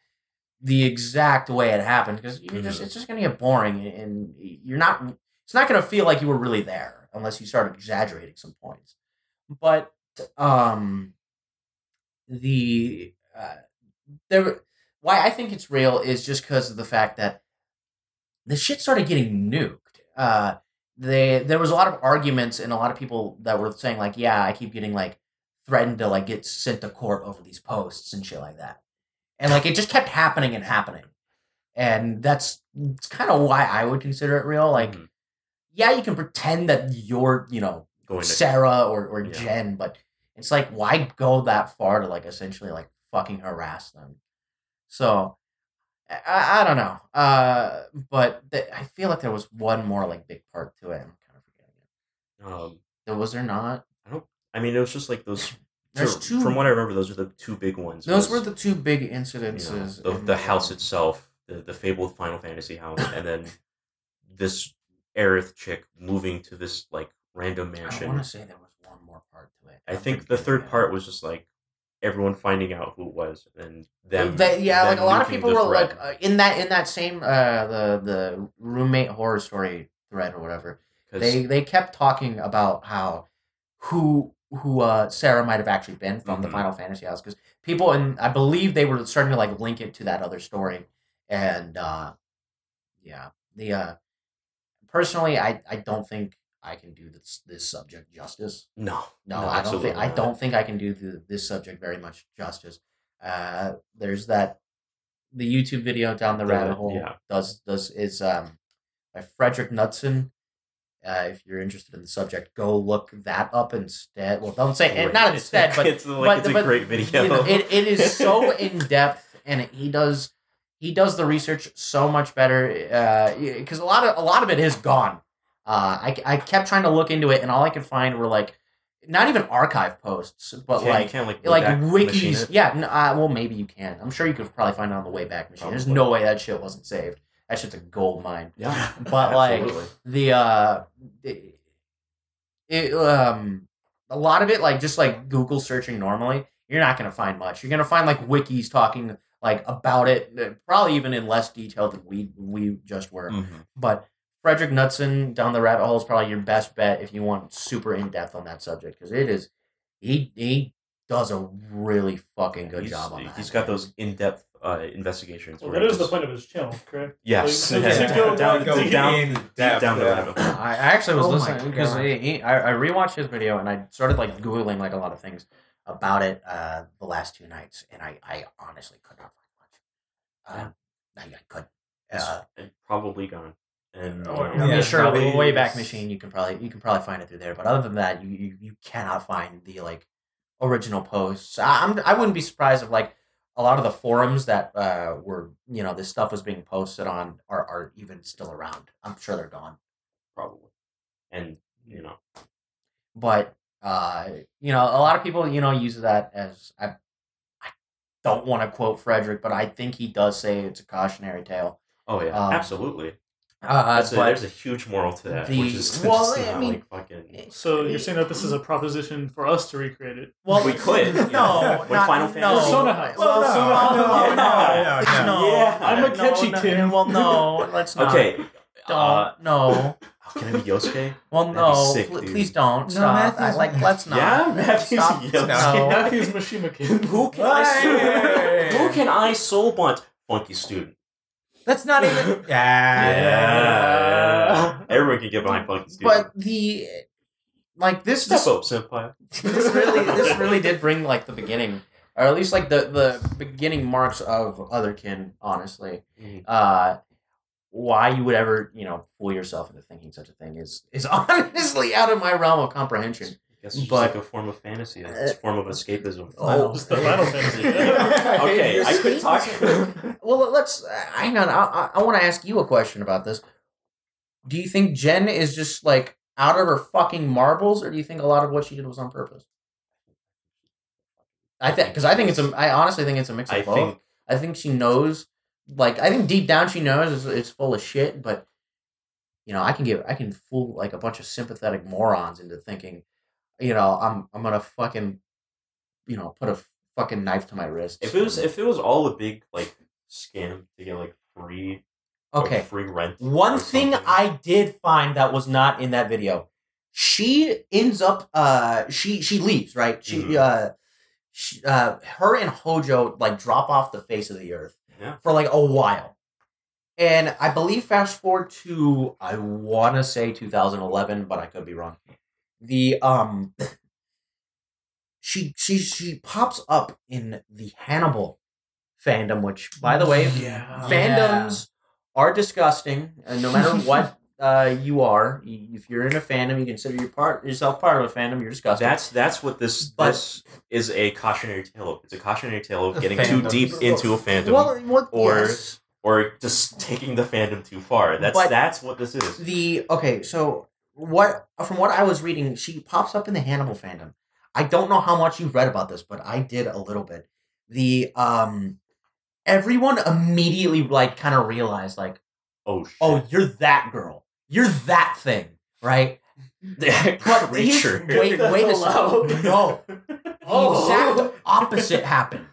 Speaker 4: the exact way it happened because you're just
Speaker 1: Mhm.
Speaker 4: it's just going to get boring and you're not it's not going to feel like you were really there unless you start exaggerating some points. But um the uh, there why I think it's real is just because of the fact that the shit started getting nuked. Uh, they there was a lot of arguments and a lot of people that were saying like, yeah, I keep getting like threatened to like get sent to court over these posts and shit like that, and like it just kept happening and happening, and that's it's kind of why I would consider it real. Like,
Speaker 1: Mhm.
Speaker 4: yeah, you can pretend that you're you know
Speaker 1: going to
Speaker 4: Sarah or, or
Speaker 1: Yeah.
Speaker 4: Jen, but it's like why go that far to like essentially like fucking harass them? So I- I, I don't know, uh, but th- I feel like there was one more like big part to it. I'm kind of forgetting it.
Speaker 1: um,
Speaker 4: There was there not?
Speaker 1: I mean it was just like those.
Speaker 4: There's
Speaker 1: to-
Speaker 4: two.
Speaker 1: From what I remember, those are the two big ones.
Speaker 4: those
Speaker 1: was-
Speaker 4: were the two big
Speaker 1: you know,
Speaker 4: incidences.
Speaker 1: the,
Speaker 4: in
Speaker 1: the house itself, the, the fabled Final Fantasy house, and then this Aerith chick moving to this like random
Speaker 4: I
Speaker 1: mansion.
Speaker 4: want to
Speaker 1: I,
Speaker 4: say there was one more part to it. I'm
Speaker 1: think the
Speaker 4: forgetting
Speaker 1: third
Speaker 4: it.
Speaker 1: part was just like everyone finding out who it was, and them.
Speaker 4: They- yeah,
Speaker 1: them
Speaker 4: like a lot of
Speaker 1: nuking
Speaker 4: people
Speaker 1: the
Speaker 4: were
Speaker 1: thread.
Speaker 4: like uh, in that in that same uh, the the roommate horror story thread or whatever.
Speaker 1: 'Cause-
Speaker 4: they they kept talking about how who who uh, Sarah might have actually been from the
Speaker 1: Mhm.
Speaker 4: Final Fantasy house because people and I believe they were starting to like link it to that other story, and uh, yeah, the uh, personally, I I don't think I can do this this subject justice.
Speaker 1: No,
Speaker 4: No,
Speaker 1: No,
Speaker 4: I don't think I
Speaker 1: absolutely
Speaker 4: don't think I can do the, this subject very much justice. Uh, there's that the YouTube video down the,
Speaker 1: The-
Speaker 4: rabbit hole
Speaker 1: yeah.
Speaker 4: does does is um by Frederick Knudsen. Uh, if you're interested in the subject, go look that up instead. Well, don't say and not instead, but
Speaker 1: it's like
Speaker 4: but-
Speaker 1: it's a
Speaker 4: but,
Speaker 1: great video.
Speaker 4: you know, it, it is so in depth, and he does he does the research so much better because a lot of a lot of it is gone. Uh, I I kept trying to look into it, and all I could find were like not even archive posts, but
Speaker 1: Yeah, you
Speaker 4: like
Speaker 1: can't, like
Speaker 4: like
Speaker 1: redact- machine
Speaker 4: wikis.
Speaker 1: it.
Speaker 4: Yeah, n- uh, well maybe you can. I'm sure you could probably find it on the Wayback Machine. There's no way that shit wasn't saved. That shit's a gold mine.
Speaker 1: Yeah,
Speaker 4: But, like,
Speaker 1: absolutely.
Speaker 4: The uh, it, it um a lot of it like just like google searching normally you're not going to find much you're going to find like wikis talking like about it uh, probably even in less detail than we we just were
Speaker 1: Mhm.
Speaker 4: but frederick knudsen down the rabbit hole is probably your best bet if you want super in-depth on that subject because it is he he does a really fucking good
Speaker 1: He's-
Speaker 4: job on that
Speaker 1: He's got those in-depth uh, investigations.
Speaker 3: Well,
Speaker 1: where
Speaker 3: that is
Speaker 1: he
Speaker 3: the
Speaker 1: just-
Speaker 3: point of his channel, correct?
Speaker 1: Yes,
Speaker 3: Like, so
Speaker 1: Yeah.
Speaker 3: to go
Speaker 1: down,
Speaker 3: like,
Speaker 1: deep
Speaker 3: to
Speaker 1: down,
Speaker 2: in
Speaker 1: deep down the
Speaker 2: yeah.
Speaker 1: rabbit hole.
Speaker 4: I I actually was
Speaker 2: Oh my
Speaker 4: listening because
Speaker 2: God.
Speaker 4: he, he, I, I rewatched his video and I started like googling like a lot of things about it uh, the last two nights, and I, I honestly could not find much. Um, I, I could. Uh,
Speaker 1: And probably gone. And
Speaker 3: Oh,
Speaker 1: you
Speaker 4: I
Speaker 1: know,
Speaker 2: yeah.
Speaker 4: mean, sure,
Speaker 2: probably
Speaker 4: the way back
Speaker 2: is-
Speaker 4: machine, you can probably you can probably find it through there, but other than that, you you, you cannot find the like original posts. I, I'm I wouldn't be surprised if like a lot of the forums that uh, were you know this stuff was being posted on are are even still around. I'm sure they're gone.
Speaker 1: probably. And you know,
Speaker 4: but uh, you know, a lot of people, you know, use that as I, I don't want to quote Frederick, but I think he does say it's a cautionary tale.
Speaker 1: oh yeah,
Speaker 4: Um,
Speaker 1: absolutely.
Speaker 4: Uh,
Speaker 1: That's a,
Speaker 4: but
Speaker 1: there's a huge moral to that,
Speaker 4: the-
Speaker 1: which is
Speaker 4: well,
Speaker 1: just
Speaker 4: I
Speaker 1: not,
Speaker 4: mean- eh,
Speaker 1: like fucking.
Speaker 3: So you're saying that this is a proposition for us to recreate it?
Speaker 4: well,
Speaker 1: we could,
Speaker 4: No,
Speaker 1: you know, with
Speaker 4: not,
Speaker 1: Final
Speaker 4: no.
Speaker 1: Fantasy.
Speaker 3: Persona House.
Speaker 4: Well,
Speaker 2: Well,
Speaker 4: no,
Speaker 2: no,
Speaker 4: no, no,
Speaker 1: yeah,
Speaker 2: yeah,
Speaker 4: no,
Speaker 1: yeah. I'm a
Speaker 4: no,
Speaker 3: catchy
Speaker 4: no,
Speaker 3: kid.
Speaker 4: Well, no, let's not.
Speaker 1: Okay,
Speaker 4: don't,
Speaker 1: uh,
Speaker 4: no.
Speaker 1: can I be Yosuke?
Speaker 4: Well,
Speaker 1: that'd be
Speaker 4: no,
Speaker 1: sick,
Speaker 4: pl-
Speaker 1: dude.
Speaker 4: please don't. stop. I,
Speaker 2: Matthew's-
Speaker 4: like, let's not.
Speaker 1: Yeah, Matthew's
Speaker 4: Stop.
Speaker 1: Yosuke.
Speaker 4: No.
Speaker 3: Matthew's Mishima kid.
Speaker 1: Who can I
Speaker 2: Hey!
Speaker 1: soul? Who can I soul bunt? Funky student.
Speaker 2: That's not even. Yeah.
Speaker 1: Yeah. Everyone can get behind funky student.
Speaker 4: But the like this
Speaker 1: Step
Speaker 4: this
Speaker 1: up, senpai.
Speaker 4: this really this really did bring like the beginning or at least like the the beginning marks of otherkin honestly
Speaker 1: Mhm.
Speaker 4: uh why you would ever you know fool yourself into thinking such a thing is is honestly out of my realm of comprehension
Speaker 1: Guess it's just
Speaker 4: But-
Speaker 1: like a form of fantasy. It's a form of escapism.
Speaker 4: Oh.
Speaker 3: It's the Final Fantasy.
Speaker 1: okay, I could talk.
Speaker 4: well let's uh, hang on i i, I want to ask you a question about this do you think jen is just like out of her fucking marbles or do you think a lot of what she did was on purpose i think because i think it's a i honestly think it's a mix of
Speaker 1: I
Speaker 4: both
Speaker 1: think
Speaker 4: I think she knows. Like I think deep down she knows it's, it's full of shit, but you know I can give I can fool like a bunch of sympathetic morons into thinking, you know I'm I'm gonna fucking, you know put a fucking knife to my wrist.
Speaker 1: if it was if it was all a big like scam to get like free like,
Speaker 4: okay,
Speaker 1: free rent.
Speaker 4: One
Speaker 1: or
Speaker 4: thing
Speaker 1: something.
Speaker 4: I did find that was not in that video, she ends up. Uh, she she leaves right. She
Speaker 1: Mhm.
Speaker 4: uh, she, uh, her and Hojo like drop off the face of the earth
Speaker 1: Yeah.
Speaker 4: for like a while, and I believe fast forward to I want to say 2011, but I could be wrong. The um, she she she pops up in the Hannibal fandom, which by the way,
Speaker 3: yeah.
Speaker 4: Um, fandoms are disgusting and no matter what uh, you are y- if you're in a fandom you consider your part yourself part of a fandom you're disgusting
Speaker 1: That's that's what this
Speaker 4: But-
Speaker 1: this is a cautionary tale. of. It's a cautionary tale
Speaker 2: A
Speaker 1: of getting too
Speaker 2: fandom.
Speaker 1: deep into a fandom
Speaker 4: well what
Speaker 1: or-
Speaker 4: yes.
Speaker 1: or just taking the fandom too far. That's
Speaker 4: But-
Speaker 1: that's what this is.
Speaker 4: the okay so what from what i was reading she pops up in the hannibal fandom i don't know how much you've read about this but i did a little bit the um everyone immediately like kind of realized like
Speaker 1: Oh shit.
Speaker 4: oh you're that girl you're that thing right But here's-
Speaker 1: creature.
Speaker 4: wait,
Speaker 3: That's
Speaker 4: wait a
Speaker 3: allowed.
Speaker 4: second. No,
Speaker 3: Oh.
Speaker 4: the exact opposite happened.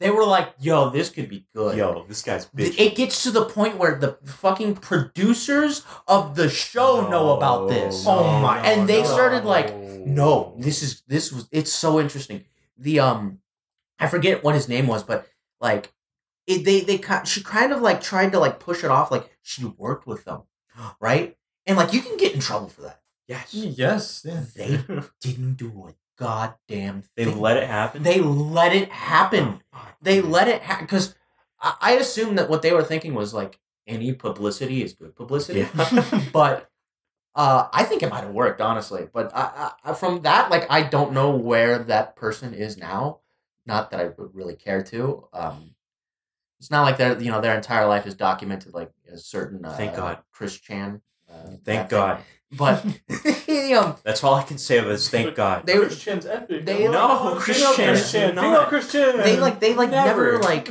Speaker 4: They were like, "Yo, this could be good."
Speaker 1: Yo, this guy's
Speaker 4: Th-
Speaker 1: bitch.
Speaker 4: It gets to the point where the fucking producers of the show know about this,
Speaker 2: Oh my-
Speaker 4: and they started like, no, this is this was it's so interesting. The um, I forget what his name was, but like, it, they they ki- she kind of like tried to like push it off, like she worked with them, right? And like you can get in trouble for that. Yes,
Speaker 2: Yes. Yeah.
Speaker 4: they didn't do a goddamn
Speaker 1: They
Speaker 4: thing.
Speaker 1: let it happen.
Speaker 4: They let it happen. They
Speaker 1: Mm-hmm.
Speaker 4: let it happen because I, I assume that what they were thinking was like any publicity is good publicity. but uh, I think it might have worked honestly. But I, I, I- from that, like, I don't know where that person is now. Not that I would really care to. Um, it's not like their you know their entire life is documented like a certain uh,
Speaker 1: Thank God.
Speaker 4: Chris Chan. Uh,
Speaker 1: Thank
Speaker 4: that thing.
Speaker 1: God.
Speaker 4: But um,
Speaker 1: That's all I can say of this. Thank God.
Speaker 4: they were
Speaker 3: Chris Chan's epic.
Speaker 4: they,
Speaker 3: I'm
Speaker 4: like-
Speaker 3: like,
Speaker 1: No,
Speaker 3: oh,
Speaker 1: Chris
Speaker 3: female
Speaker 1: Chan
Speaker 3: Chris Chan.
Speaker 1: is not.
Speaker 3: Female Chris Chan.
Speaker 4: they like they like never,
Speaker 1: Never.
Speaker 4: like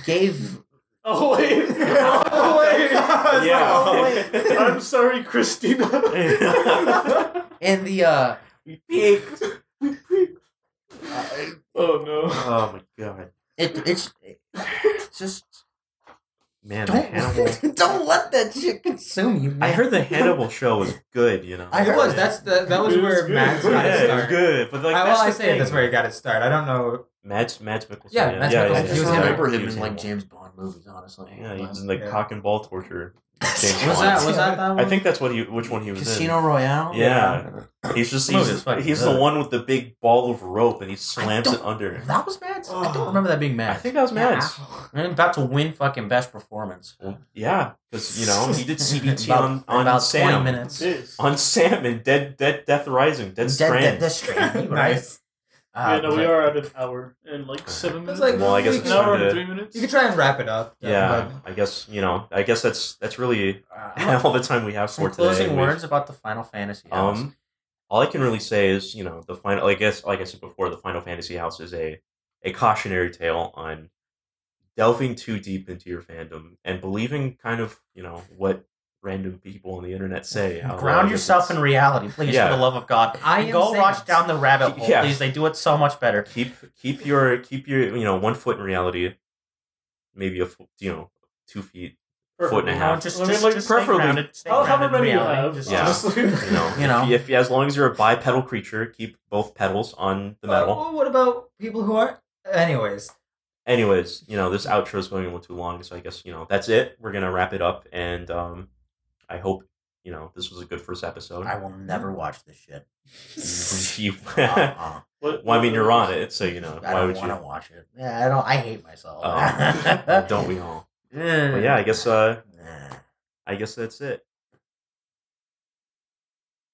Speaker 4: gave.
Speaker 3: Oh wait.
Speaker 4: Oh,
Speaker 3: Oh wait.
Speaker 1: Yeah.
Speaker 4: oh, wait.
Speaker 3: I'm sorry, Christina.
Speaker 4: And the uh,
Speaker 3: oh no.
Speaker 1: oh my God,
Speaker 4: it it's it's just
Speaker 1: man. The
Speaker 4: don't
Speaker 1: Hannibal.
Speaker 4: don't let that shit consume you.
Speaker 1: I
Speaker 4: man.
Speaker 1: heard the Hannibal show was good. You know.
Speaker 4: I
Speaker 2: It
Speaker 4: heard
Speaker 2: was.
Speaker 4: it.
Speaker 2: That's the that was
Speaker 3: It was
Speaker 2: where
Speaker 3: good.
Speaker 2: Mads got
Speaker 1: yeah,
Speaker 2: his
Speaker 1: it was
Speaker 2: start.
Speaker 1: good, but like
Speaker 2: I,
Speaker 1: that's
Speaker 2: well, I
Speaker 1: the
Speaker 2: say
Speaker 1: thing.
Speaker 2: that's where he got his start. I don't know.
Speaker 1: Mads Mads Mikkelsen.
Speaker 2: Yeah, Mads Mikkelsen.
Speaker 4: I
Speaker 2: He
Speaker 4: just
Speaker 2: was Hannibal.
Speaker 4: remember him in
Speaker 1: Hannibal.
Speaker 4: like James Bond movies, honestly.
Speaker 1: Yeah, he
Speaker 4: But-
Speaker 1: was in like
Speaker 2: Yeah.
Speaker 1: cock and ball torture.
Speaker 4: was
Speaker 1: Bond.
Speaker 4: that was that that one?
Speaker 1: I think that's what he, which one he was
Speaker 4: Casino Royale.
Speaker 1: in. Yeah, he's just
Speaker 4: Movie
Speaker 1: he's,
Speaker 4: is fucking
Speaker 1: he's
Speaker 4: good.
Speaker 1: the one with the big ball of rope, and he slams
Speaker 4: I
Speaker 1: it
Speaker 4: don't-
Speaker 1: under.
Speaker 4: that was Mads. I
Speaker 3: Oh.
Speaker 4: don't remember that being
Speaker 1: I
Speaker 4: Mads.
Speaker 1: think that was Mads.
Speaker 4: I'm about to win fucking best performance.
Speaker 1: Yeah, because you know he did CDT
Speaker 4: About-
Speaker 1: on
Speaker 4: in
Speaker 1: on
Speaker 4: about
Speaker 1: Sam,
Speaker 4: twenty minutes.
Speaker 3: This.
Speaker 1: on Sam and Dead Dead Death Rising, Dead
Speaker 4: Dead-
Speaker 1: Strand.
Speaker 4: dead- dead strand, right?
Speaker 2: Nice.
Speaker 4: Uh,
Speaker 3: yeah, no, we
Speaker 4: but-
Speaker 3: are at an hour and like seven
Speaker 2: It's
Speaker 3: minutes.
Speaker 2: like
Speaker 1: Ah, Well, I guess
Speaker 2: we
Speaker 1: it's
Speaker 3: an
Speaker 2: could-
Speaker 1: time
Speaker 3: hour
Speaker 1: to-
Speaker 3: and three minutes.
Speaker 2: you could try and wrap it up.
Speaker 1: yeah, I guess you know. I guess that's that's really
Speaker 4: uh,
Speaker 1: all the time we have for
Speaker 4: some
Speaker 1: today.
Speaker 4: closing
Speaker 1: We've-
Speaker 4: words about the Final Fantasy. house.
Speaker 1: Um, all I can really say is, you know, the final. I guess, like I said before, the Final Fantasy House is a a cautionary tale on delving too deep into your fandom and believing kind of, you know, what random people on the internet say. How a lot
Speaker 4: Ground
Speaker 1: of
Speaker 4: yourself in
Speaker 1: it's-
Speaker 4: reality, please,
Speaker 1: Yeah.
Speaker 4: for the love of God.
Speaker 2: I
Speaker 4: And
Speaker 2: am
Speaker 4: go
Speaker 2: saying-
Speaker 4: watch down the rabbit hole,
Speaker 1: Yeah.
Speaker 4: please. They do it so much better.
Speaker 1: keep keep your keep your you know one foot in reality, maybe a fo- you know two feet, foot and a
Speaker 4: You
Speaker 1: half.
Speaker 4: know, just,
Speaker 3: I mean,
Speaker 4: just,
Speaker 3: like,
Speaker 4: just stay
Speaker 1: preferably-
Speaker 4: grounded, stay
Speaker 3: How, how
Speaker 4: grounded in
Speaker 3: many you
Speaker 4: reality.
Speaker 3: have?
Speaker 4: Just-
Speaker 1: Yeah.
Speaker 3: Honestly.
Speaker 1: You know,
Speaker 4: You know.
Speaker 1: if, if as long as you're a bipedal creature, keep both pedals on the metal.
Speaker 2: Well, what about people who aren't? Anyways,
Speaker 1: anyways, you know, this outro is going a little too long, so I guess, you know, that's it. We're going to wrap it up, and um, I hope, you know, this was a good first episode.
Speaker 4: I will never watch this shit.
Speaker 1: You-
Speaker 4: Uh-uh.
Speaker 3: What-
Speaker 1: well, I mean, you're on it, so, you know,
Speaker 4: I
Speaker 1: why
Speaker 4: don't
Speaker 1: would
Speaker 4: want to
Speaker 1: you? Oh,
Speaker 4: watch it. Yeah, I don't. I hate myself.
Speaker 1: Um, don't we all? But yeah, I guess, uh,
Speaker 4: yeah.
Speaker 1: I guess that's it.